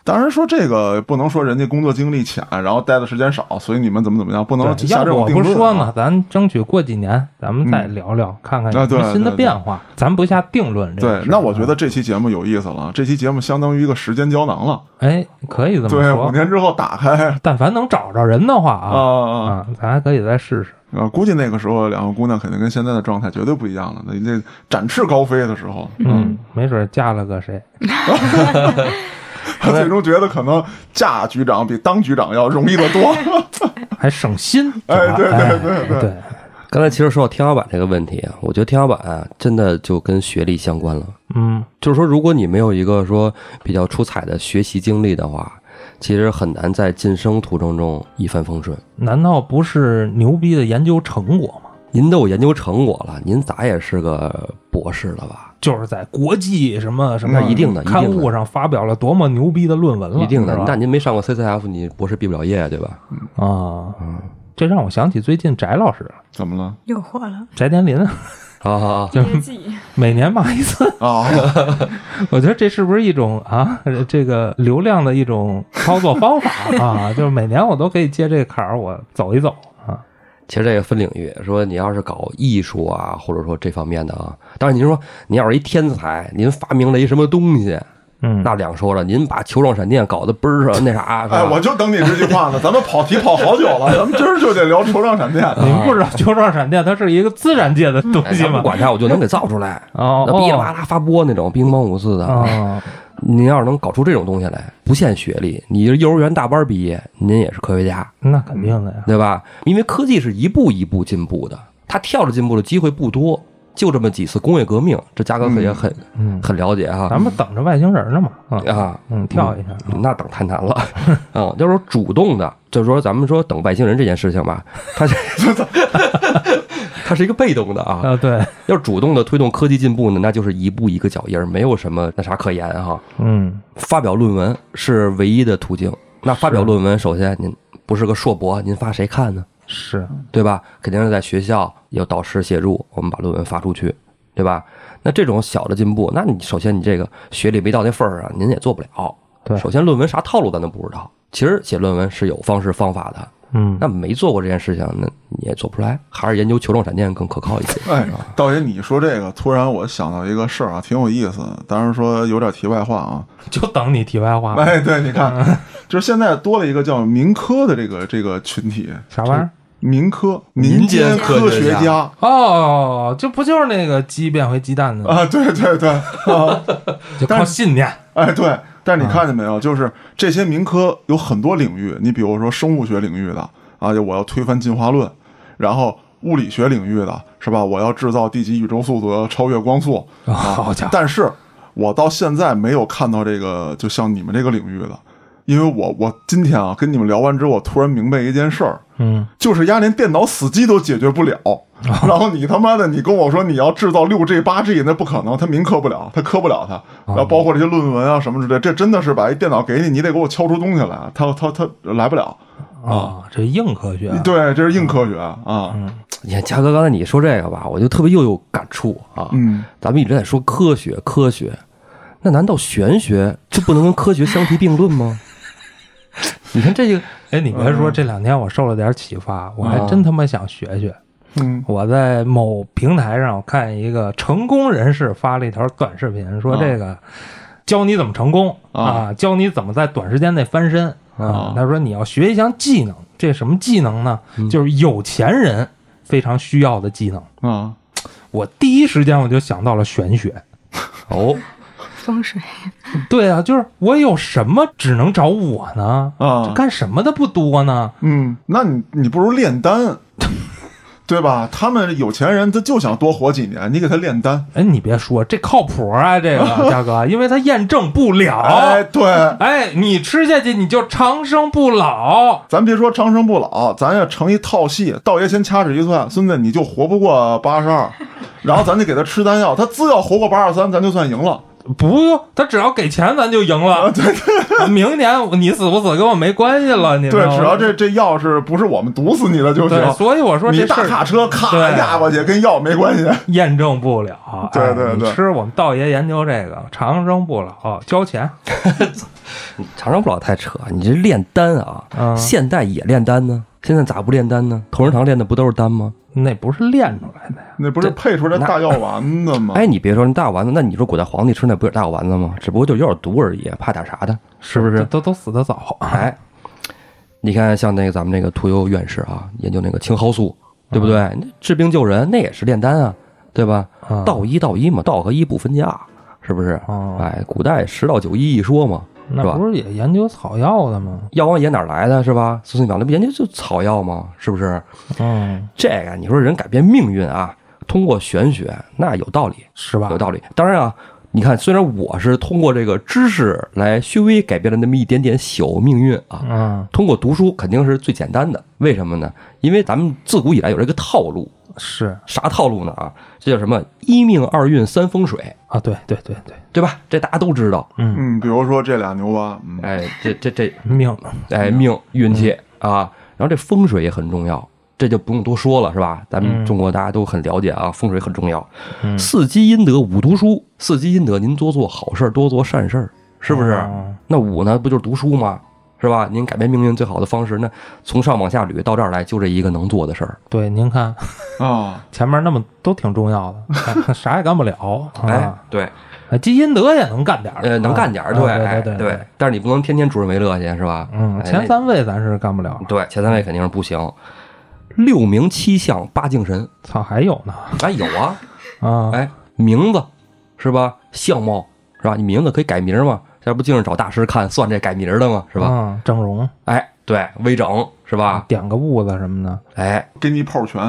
Speaker 3: 当然说这个不能说人家工作经历浅，然后待的时间少，所以你们怎么怎么样，不能
Speaker 5: 对
Speaker 3: 下
Speaker 5: 要
Speaker 3: 这
Speaker 5: 不
Speaker 3: 种
Speaker 5: 我
Speaker 3: 定
Speaker 5: 不
Speaker 3: 论、
Speaker 5: 是
Speaker 3: 啊。
Speaker 5: 说呢，咱争取过几年咱们再
Speaker 3: 嗯
Speaker 5: 聊聊，看看
Speaker 3: 啊
Speaker 5: 有什
Speaker 3: 对
Speaker 5: 么新的
Speaker 3: 对对
Speaker 5: 变化，咱不下定论这个
Speaker 3: 对
Speaker 5: 事，儿
Speaker 3: 那我觉得
Speaker 5: 啊
Speaker 3: 这期节目有意思了，这期节目相当于一个时间胶囊了。
Speaker 5: 哎，可以这么
Speaker 3: 对，五
Speaker 5: 说，
Speaker 3: 年之后打开
Speaker 5: 但凡能找着人的话
Speaker 3: 啊啊
Speaker 5: 啊
Speaker 3: 啊！
Speaker 5: 啊，咱还可以再试试。
Speaker 3: 啊，估计那个时候两个姑娘肯定跟现在的状态绝对不一样了，那那展翅高飞的时候，
Speaker 5: 嗯，没准嫁了个谁，
Speaker 3: 她最终觉得可能嫁局长比当局长要容易得多。
Speaker 5: 还省心。
Speaker 3: 哎
Speaker 5: 是吧
Speaker 3: 对对
Speaker 5: 哎
Speaker 3: 对对
Speaker 5: 对，
Speaker 2: 刚才其实说到天花板这个问题啊，我觉得天花板啊、真的就跟学历相关了。
Speaker 5: 嗯，
Speaker 2: 就是说，如果你没有一个说比较出彩的学习经历的话，其实很难在晋升途中中一帆风顺。
Speaker 5: 难道不是牛逼的研究成果吗？
Speaker 2: 您都有研究成果了，您咋也是个博士了吧？
Speaker 5: 就是在国际什么什么
Speaker 2: 那一定的一定的
Speaker 5: 刊物上发表了多么牛逼的论文了，
Speaker 2: 一定的
Speaker 5: 嗯是吧，
Speaker 2: 那您没上过 CCF，你博士毕不了业，对吧？
Speaker 5: 啊，
Speaker 2: 嗯，
Speaker 5: 这让我想起最近翟老师
Speaker 3: 怎么了？
Speaker 7: 诱惑了，
Speaker 5: 翟天临，啊
Speaker 2: 好好好，
Speaker 5: 就
Speaker 6: 业
Speaker 5: 是
Speaker 6: 绩
Speaker 5: 每年骂一次，
Speaker 3: 啊，
Speaker 5: 我觉得这是不是一种啊， 这个流量的一种操作方法 啊？就是每年我都可以借这个坎儿，我走一走啊。
Speaker 2: 其实这个分领域，说你要是搞艺术啊，或者说这方面的啊，当然您说您要是一天才，您发明了一什么东西，
Speaker 5: 嗯，
Speaker 2: 那两说了，您把球状闪电搞得倍儿上那啥，是吧
Speaker 3: 哎，我就等你这句话呢。咱们跑题跑好久了，咱们今儿就得聊球状闪电。
Speaker 5: 你们不知道球状闪电它是一个自然界的东
Speaker 2: 哎
Speaker 5: 西
Speaker 2: 呃咱
Speaker 5: 吗。
Speaker 2: 不？管它，我就能给造出来
Speaker 5: 哦
Speaker 2: 那
Speaker 5: 哦
Speaker 2: 噼里啪啦发波那种乒乓五四的，
Speaker 5: 啊，
Speaker 2: 您要是能搞出这种东西来，不限学历，你是幼儿园大班毕业，您也是科学家，
Speaker 5: 那肯定的呀。
Speaker 2: 对吧？因为科技是一步一步进步的，它跳着进步的机会不多，就这么几次工业革命，这嘉哥可也很、
Speaker 5: 嗯，
Speaker 2: 很了解哈、
Speaker 5: 咱们等着外星人呢嘛。啊
Speaker 2: 啊，
Speaker 5: 嗯，跳一下。
Speaker 2: 那等太难了，嗯，就是说主动的，就是说咱们说等外星人这件事情吧，它是 它是一个被动的啊，
Speaker 5: 啊，对，
Speaker 2: 要主动的推动科技进步呢，那就是一步一个脚印儿，没有什么那啥可言哈、
Speaker 5: 嗯，
Speaker 2: 发表论文是唯一的途径。那发表论文，首先您不是个硕博，您发谁看呢？
Speaker 5: 是，
Speaker 2: 对吧？肯定是在学校有导师协助，我们把论文发出去，对吧？那这种小的进步，那你首先你这个学历没到那份儿上，啊您也做不了。
Speaker 5: 对
Speaker 2: 首先论文啥套路咱都不知道。其实写论文是有方式方法的，
Speaker 5: 嗯，
Speaker 2: 那没做过这件事情，那你也做不出来。还是研究球状闪电更可靠一些。
Speaker 3: 哎，道爷，你说这个，突然我想到一个事儿啊，挺有意思的。当然说有点题外话啊。
Speaker 5: 就等你题外话了。
Speaker 3: 哎，对，你 看，就是现在多了一个叫民科的这个这个群体，
Speaker 5: 啥玩意儿？
Speaker 3: 民科
Speaker 2: 民
Speaker 3: 民
Speaker 2: 间
Speaker 3: 间
Speaker 2: 科
Speaker 3: 科
Speaker 2: 学
Speaker 3: 学
Speaker 2: 家
Speaker 3: 家啊
Speaker 5: 哦，这不就是那个鸡变回鸡蛋的吗？
Speaker 3: 啊，对对对啊，
Speaker 5: 就靠信念。
Speaker 3: 哎对。但是你看见没有，就是这些民科有很多领域，你比如说生物学领域的啊，就我要推翻进化论，然后物理学领域的是吧？我要制造地级宇宙速度超越光速
Speaker 2: 哦
Speaker 3: 啊，
Speaker 5: 好家伙
Speaker 3: 但是我到现在没有看到这个，就像你们这个领域的，因为我我今天啊跟你们聊完之后，我突然明白一件事儿，
Speaker 5: 嗯，
Speaker 3: 就是丫连电脑死机都解决不了。
Speaker 5: 啊
Speaker 3: 然后你他妈的，你跟我说你要制造六 G 八 G，那不可能，他民科不了，他科不了他。
Speaker 5: 啊
Speaker 3: 然后包括这些论文啊什么之类，这真的是把一电脑给你，你得给我敲出东西来，他他他来不了。
Speaker 5: 哦，这硬科学。
Speaker 3: 对，这是硬科学啊。
Speaker 5: 嗯
Speaker 2: 你看，嘉哥刚才你说这个吧，我就特别又有感触啊。
Speaker 3: 嗯，
Speaker 2: 咱们一直在说科学，科学，那难道玄学就不能跟科学相提并论吗？ 你看这个，
Speaker 5: 哎，你别说，这两天我受了点启发，我还
Speaker 2: 啊
Speaker 5: 真他妈想学学。
Speaker 3: 嗯
Speaker 5: 我在某平台上我看一个成功人士发了一条短视频，说
Speaker 3: 啊
Speaker 5: 这个教你怎么成功
Speaker 3: 啊
Speaker 5: 啊，教你怎么在短时间内翻身啊
Speaker 3: 啊。
Speaker 5: 他说你要学一项技能，这什么技能呢？就是有钱人非常需要的技能。
Speaker 3: 啊，
Speaker 5: 我第一时间我就想到了玄学。
Speaker 2: 哦，
Speaker 7: 风水
Speaker 5: 对啊，就是我有什么只能找我呢？
Speaker 3: 啊
Speaker 5: 这干什么的不多呢？
Speaker 3: 嗯，那你你不如炼 丹，对吧？他们有钱人他就想多活几年，你给他炼丹。
Speaker 5: 哎，你别说，这靠谱啊，这个嘉哥，因为他验证不了。
Speaker 3: 哎，对，
Speaker 5: 哎，你吃下去你就长生不老。
Speaker 3: 咱别说长生不老，咱要成一套戏，道爷先掐指一算，孙子你就活不过八十 二，然后咱就给他吃丹药，他只要活过八十三，咱就算赢了。
Speaker 5: 不用，他只要给钱，咱就赢
Speaker 3: 啊
Speaker 5: 了。对对，明年你死不死跟我没关系了，你知
Speaker 3: 对
Speaker 5: 道，吗
Speaker 3: 只要这这药是不是我们毒死你的就
Speaker 5: 对，
Speaker 3: 行。
Speaker 5: 所以我说
Speaker 3: 你
Speaker 5: 这事
Speaker 3: 大
Speaker 5: 儿
Speaker 3: 卡车咔
Speaker 5: 对
Speaker 3: 压过去，跟药没关系。
Speaker 5: 验证不了。
Speaker 3: 对
Speaker 5: 哎
Speaker 3: 对
Speaker 5: 你
Speaker 3: 对
Speaker 5: 吃我们道爷研究这个长生不老，交钱。
Speaker 2: 长生不老太扯，你这炼丹啊，
Speaker 5: 嗯
Speaker 2: 现代也炼丹呢，现在咋不炼丹呢？同仁堂炼的不都是丹吗？
Speaker 5: 那不是练出来的呀。
Speaker 3: 那不是配出来大药丸的吗？
Speaker 2: 哎，你别说那大丸子，那你说古代皇帝吃那不也是大丸子吗？只不过就有点毒而已，怕点啥的，是不是？
Speaker 5: 都都死得早。啊
Speaker 2: 哎，你看像那个咱们那个屠呦院士啊，研究那个青蒿素，对不对？那治病救人，那也是炼丹啊，对吧？
Speaker 5: 啊
Speaker 3: 嗯
Speaker 2: 道医道医嘛，道和医不分家，是不是？
Speaker 5: 哦
Speaker 2: 哎，古代十道九医一说嘛，
Speaker 5: 那
Speaker 2: 是吧
Speaker 5: 不是也研究草药的吗？
Speaker 2: 药王爷哪儿来的是吧？苏思密达那不研究就草药吗？是不是？
Speaker 5: 嗯，
Speaker 2: 这个你说人改变命运啊，通过玄学那有道理，
Speaker 5: 是吧
Speaker 2: 有？道理。当然啊，你看，虽然我是通过这个知识来稍微改变了那么一点点小命运啊，
Speaker 5: 嗯，
Speaker 2: 通过读书肯定是最简单的。为什么呢？因为咱们自古以来有这个套路，
Speaker 5: 是
Speaker 2: 啥套路呢？啊，这叫什么？一命二运三风水，
Speaker 5: 啊，对对对对，
Speaker 2: 对吧？这大家都知道。
Speaker 5: 嗯，
Speaker 3: 嗯，比如说这俩牛蛙，嗯，
Speaker 2: 哎，这这这
Speaker 5: 命
Speaker 2: 哎，命运气
Speaker 5: 嗯
Speaker 2: 啊，然后这风水也很重要，这就不用多说了，是吧？咱们
Speaker 5: 嗯
Speaker 2: 中国大家都很了解啊，风水很重要。
Speaker 5: 嗯
Speaker 2: 四积阴德，五读书。四积阴德，您多做好事儿，多做善事儿，是不是？
Speaker 5: 哦
Speaker 2: 那五呢，不就是读书吗？是吧？您改变命运最好的方式，那从上往下捋到这儿来，就这一个能做的事儿。
Speaker 5: 对，您看
Speaker 3: 啊，
Speaker 5: 前面那么都挺重要的， 哎啥也干不了
Speaker 2: 哎
Speaker 5: 啊。，
Speaker 2: 对，
Speaker 5: 哎基因德也能干点儿，
Speaker 2: 呃，能干点儿，
Speaker 5: 啊
Speaker 2: 对，
Speaker 5: 对
Speaker 2: 哎
Speaker 5: 对，
Speaker 2: 但是你不能天天助人为乐去，是吧？
Speaker 5: 嗯，
Speaker 2: 哎
Speaker 5: 前
Speaker 2: 那嗯
Speaker 5: 三位咱是干不了，
Speaker 2: 对前三位肯定是不行。六名七相八敬神，
Speaker 5: 操，还有呢
Speaker 2: 哎，有啊，
Speaker 5: 啊，
Speaker 2: 哎，名字是吧？相貌是吧？你名字可以改名嘛？这不净是找大师看算这改名的吗？是吧？啊
Speaker 5: 嗯？整容
Speaker 2: 哎，对，微整是吧？
Speaker 5: 点个痦子什么的，
Speaker 2: 哎，
Speaker 3: 给你泡拳，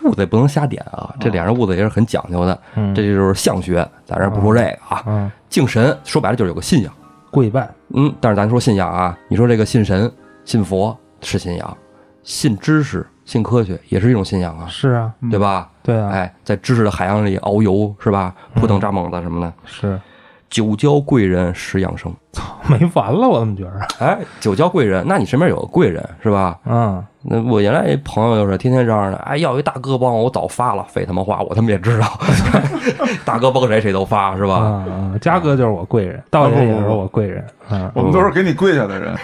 Speaker 2: 痦子也不能瞎点啊，这脸上痦子也是很讲究的，
Speaker 5: 嗯，
Speaker 2: 这就是相学。咱这不说这个啊，
Speaker 5: 嗯
Speaker 2: 敬神说白了就是有个信仰。
Speaker 5: 跪拜，
Speaker 2: 嗯，但是咱说信仰啊，你说这个信神、信佛是信仰，信知识、信科学也是一种信仰啊，
Speaker 5: 是啊，
Speaker 2: 对吧？
Speaker 5: 对啊，
Speaker 2: 哎，在知识的海洋里遨游是吧？扑腾扎猛子什么的，
Speaker 5: 是
Speaker 2: 久交贵人识养生。
Speaker 5: 没完了，我怎么觉着？
Speaker 2: 哎，久交贵人，那你身边有个贵人是吧？
Speaker 5: 嗯，
Speaker 2: 那我原来一朋友就是天天这样的，哎，要一大哥帮我，我早发了，废他妈话，我他妈也知道， 大哥帮谁谁都发是吧？
Speaker 5: 啊，嗯嘉哥就是我贵人，
Speaker 2: 啊
Speaker 5: 道爷也是我贵人，嗯，
Speaker 3: 我们都是给你跪下的人，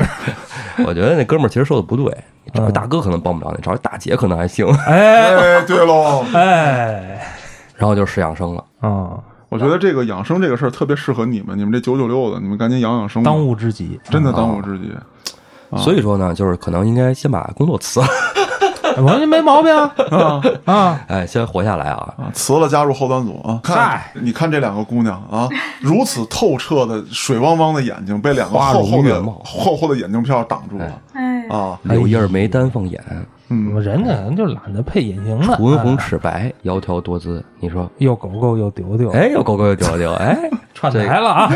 Speaker 2: 我觉得那哥们儿其实说的不对，你找一大哥可能帮不了你，找一大姐可能还行。
Speaker 5: 哎
Speaker 3: 哎，对喽，
Speaker 5: 哎，
Speaker 2: 然后就是养生了，
Speaker 5: 嗯，
Speaker 3: 我觉得这个养生这个事儿特别适合你们，你们这九九六的，你们赶紧养养生吧，
Speaker 5: 当务之急，
Speaker 3: 嗯真的当务之急。啊
Speaker 2: 所以说呢，就是可能应该先把工作辞了，
Speaker 5: 我说你没毛病啊
Speaker 3: 啊
Speaker 5: 啊，
Speaker 2: 哎，先活下来啊。
Speaker 3: 啊！辞了加入后端组啊！看
Speaker 5: 嗨，
Speaker 3: 你看这两个姑娘啊，如此透彻的水汪汪的眼睛被两个
Speaker 2: 花
Speaker 3: 厚
Speaker 2: 容
Speaker 3: 厚
Speaker 2: 月
Speaker 3: 的
Speaker 2: 貌
Speaker 3: 厚厚的眼镜片挡住了
Speaker 4: 哎，
Speaker 3: 啊！
Speaker 2: 柳叶眉丹凤眼，
Speaker 3: 嗯，
Speaker 5: 人家人就懒得配隐形了，
Speaker 2: 唇红
Speaker 5: 哎
Speaker 2: 齿白，窈窕多姿。你说，
Speaker 5: 又狗狗又丢丢，
Speaker 2: 哎，又狗狗又丢丢，哎，
Speaker 5: 串
Speaker 2: 这个
Speaker 5: 台了啊，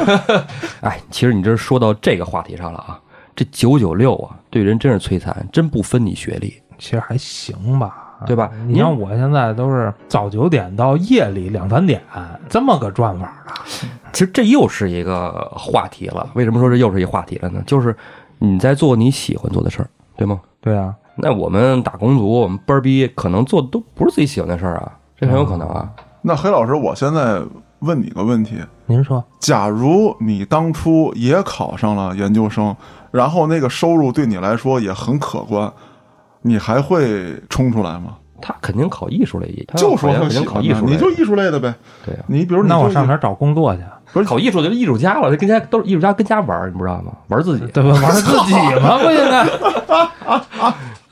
Speaker 2: 哎，其实你这说到这个话题上了啊，这九九六啊，对人真是摧残，真不分你学历。
Speaker 5: 其实还行吧，啊
Speaker 2: 对吧
Speaker 5: 你像我现在都是早九点到夜里两三点这么个转法儿的，
Speaker 2: 其实这又是一个话题了。为什么说这又是一个话题了呢？就是你在做你喜欢做的事儿，对吗？
Speaker 5: 对啊，
Speaker 2: 那我们打工族，我们班儿逼，可能做的都不是自己喜欢的事儿啊，这很有可能啊。
Speaker 3: 那黑老师，我现在问你个问题：
Speaker 5: 您说
Speaker 3: 假如你当初也考上了研究生，然后那个收入对你来说也很可观，你还会冲出来吗？
Speaker 2: 他肯定考艺术类，他
Speaker 3: 就
Speaker 2: 考
Speaker 3: 说
Speaker 2: 研
Speaker 3: 他
Speaker 2: 肯定
Speaker 3: 喜
Speaker 2: 考
Speaker 3: 欢
Speaker 2: 艺
Speaker 3: 的
Speaker 2: 术类，
Speaker 3: 你就艺术类的呗。
Speaker 2: 对啊。
Speaker 3: 你比如你
Speaker 5: 那我
Speaker 3: 就
Speaker 5: 上哪儿找工作去？
Speaker 2: 考艺术就是艺术家了，这跟家都是艺术家跟家玩儿，你不知道吗？玩儿自己。
Speaker 5: 对吧？玩自己吗？不应该。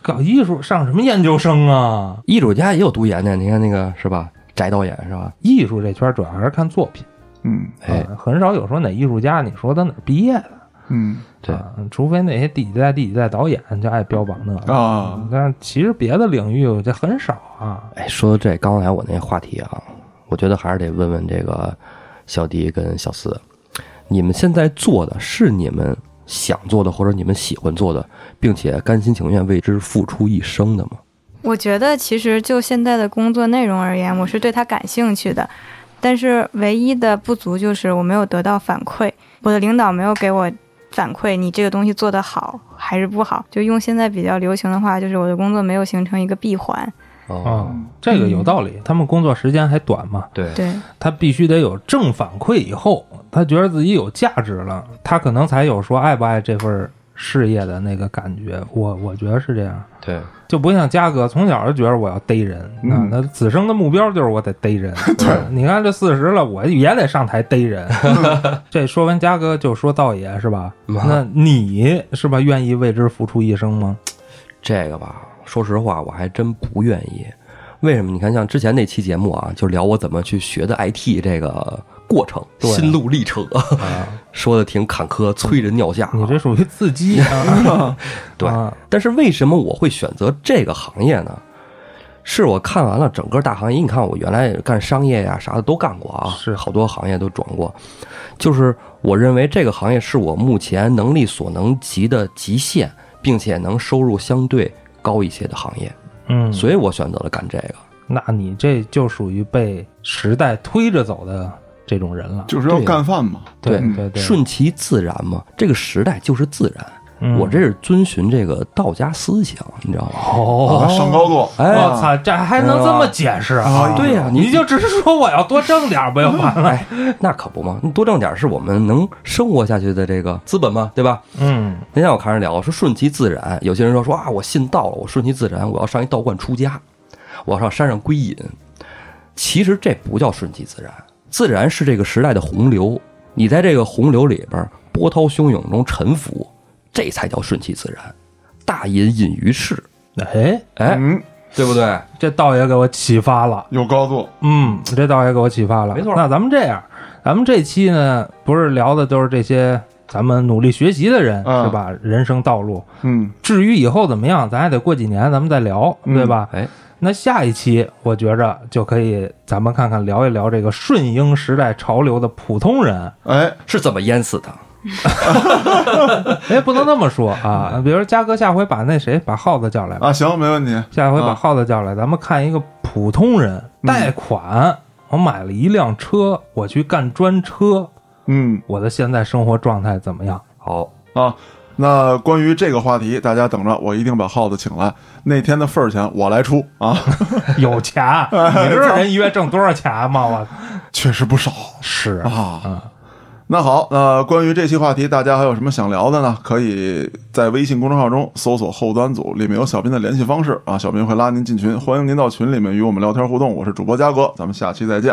Speaker 5: 搞艺术上什么研究生啊？
Speaker 2: 艺术家也有读研的，你看那个是吧？翟导演是吧？
Speaker 5: 艺术这圈儿主要还是看作品，
Speaker 3: 嗯
Speaker 2: 哎
Speaker 5: 啊，很少有说哪艺术家你说他哪儿毕业的，
Speaker 3: 嗯
Speaker 2: 对
Speaker 5: 啊，除非那些第几代、第几代导演就爱标榜
Speaker 2: 嗯
Speaker 5: 那个。
Speaker 3: 啊，
Speaker 5: 但是其实别的领域我这很少啊，
Speaker 2: 哎，说到这刚才我那话题啊，我觉得还是得问问这个小迪跟小四，你们现在做的是你们想做的，或者你们喜欢做的，并且甘心情愿为之付出一生的吗？
Speaker 4: 我觉得其实就现在的工作内容而言，我是对它感兴趣的，但是唯一的不足就是我没有得到反馈，我的领导没有给我反馈你这个东西做得好还是不好。就用现在比较流行的话，就是我的工作没有形成一个闭环。
Speaker 2: 哦
Speaker 5: 啊，这个有道理。他们工作时间还短嘛，
Speaker 2: 对
Speaker 4: 对，
Speaker 5: 他必须得有正反馈以后，他觉得自己有价值了，他可能才有说爱不爱这份事业的那个感觉。我我觉得是这样，
Speaker 2: 对，
Speaker 5: 就不像嘉哥从小就觉得我要逮人啊
Speaker 3: 嗯，
Speaker 5: 他此生的目标就是我得逮 人。对，你看这四十了，我也得上台逮人。这说完嘉哥就说道爷是吧？
Speaker 2: 嗯
Speaker 5: 那你是吧愿意为之付出一生吗？
Speaker 2: 这个吧，说实话，我还真不愿意。为什么？你看，像之前那期节目啊，就聊我怎么去学的 IT 这个过程、
Speaker 5: 对
Speaker 2: 心路历程啊，
Speaker 5: 啊，
Speaker 2: 说的挺坎坷，催人尿下啊。
Speaker 5: 你这属于 自激啊，
Speaker 2: 对
Speaker 5: 啊
Speaker 2: 但是为什么我会选择这个行业呢？是我看完了整个大行业，你看我原来干商业呀啥的都干过啊，
Speaker 5: 是
Speaker 2: 好多行业都转过。就是我认为这个行业是我目前能力所能及的极限，并且能收入相对高一些的行业，
Speaker 5: 嗯，
Speaker 2: 所以我选择了干这个。
Speaker 5: 那你这就属于被时代推着走的这种人了。
Speaker 3: 就是要
Speaker 2: 对
Speaker 3: 干饭嘛。
Speaker 5: 对
Speaker 2: 对
Speaker 5: 对
Speaker 2: 嗯
Speaker 5: 对，
Speaker 2: 顺其自然嘛，这个时代就是自然。
Speaker 5: 嗯
Speaker 2: 我这是遵循这个道家思想，你知道吗？
Speaker 5: 哦，
Speaker 3: 啊上高度，
Speaker 2: 哎
Speaker 5: 我操，这还能这么解释啊？
Speaker 2: 对呀、你
Speaker 5: 你就只是说我要多挣点儿不就完了？
Speaker 2: 哎，那可不嘛，你多挣点儿是我们能生活下去的这个资本嘛，对吧？
Speaker 5: 嗯，
Speaker 2: 那天我看人聊说顺其自然，有些人说说啊，我信道了，我顺其自然，我要上一道观出家，我要上山上归隐。其实这不叫顺其自然，自然是这个时代的洪流，你在这个洪流里边波涛汹涌中沉浮，这才叫顺其自然。大隐隐于市，
Speaker 5: 哎，
Speaker 2: 哎，
Speaker 3: 嗯，
Speaker 2: 对不对？
Speaker 5: 这道爷给我启发了。
Speaker 3: 有高度，
Speaker 5: 嗯，这倒也给我启发了。
Speaker 2: 没错
Speaker 5: 那咱们这样，咱们这期呢，不是聊的都是这些咱们努力学习的人、
Speaker 3: 嗯
Speaker 5: 是吧？人生道路，
Speaker 3: 嗯，
Speaker 5: 至于以后怎么样，咱还得过几年咱们再聊，
Speaker 3: 嗯
Speaker 5: 对吧？
Speaker 2: 哎，
Speaker 5: 那下一期我觉着就可以，咱们看看聊一聊这个顺应时代潮流的普通人。
Speaker 3: 哎，
Speaker 2: 是怎么淹死的？
Speaker 5: 哎，不能那么说啊， 比如说嘉哥下回把那谁把耗子叫来吧，
Speaker 3: 啊，行，没问题，
Speaker 5: 下回把
Speaker 3: 啊
Speaker 5: 耗子叫来，咱们看一个普通人贷款，我买了一辆车，我去干专车，
Speaker 3: 嗯
Speaker 5: 我的现在生活状态怎么样？
Speaker 2: 好，
Speaker 3: 啊。那关于这个话题，大家等着，我一定把耗子请来。那天的份儿钱我来出啊，
Speaker 5: 有钱，啊你知道人一月挣多少钱吗？我
Speaker 3: 确实不少
Speaker 5: 是
Speaker 3: 啊。
Speaker 5: 嗯
Speaker 3: 那好，那关于这期话题，大家还有什么想聊的呢？可以在微信公众号中搜索“后端组”，里面有小斌的联系方式啊，小斌会拉您进群，欢迎您到群里面与我们聊天互动。我是主播嘉哥，咱们下期再见。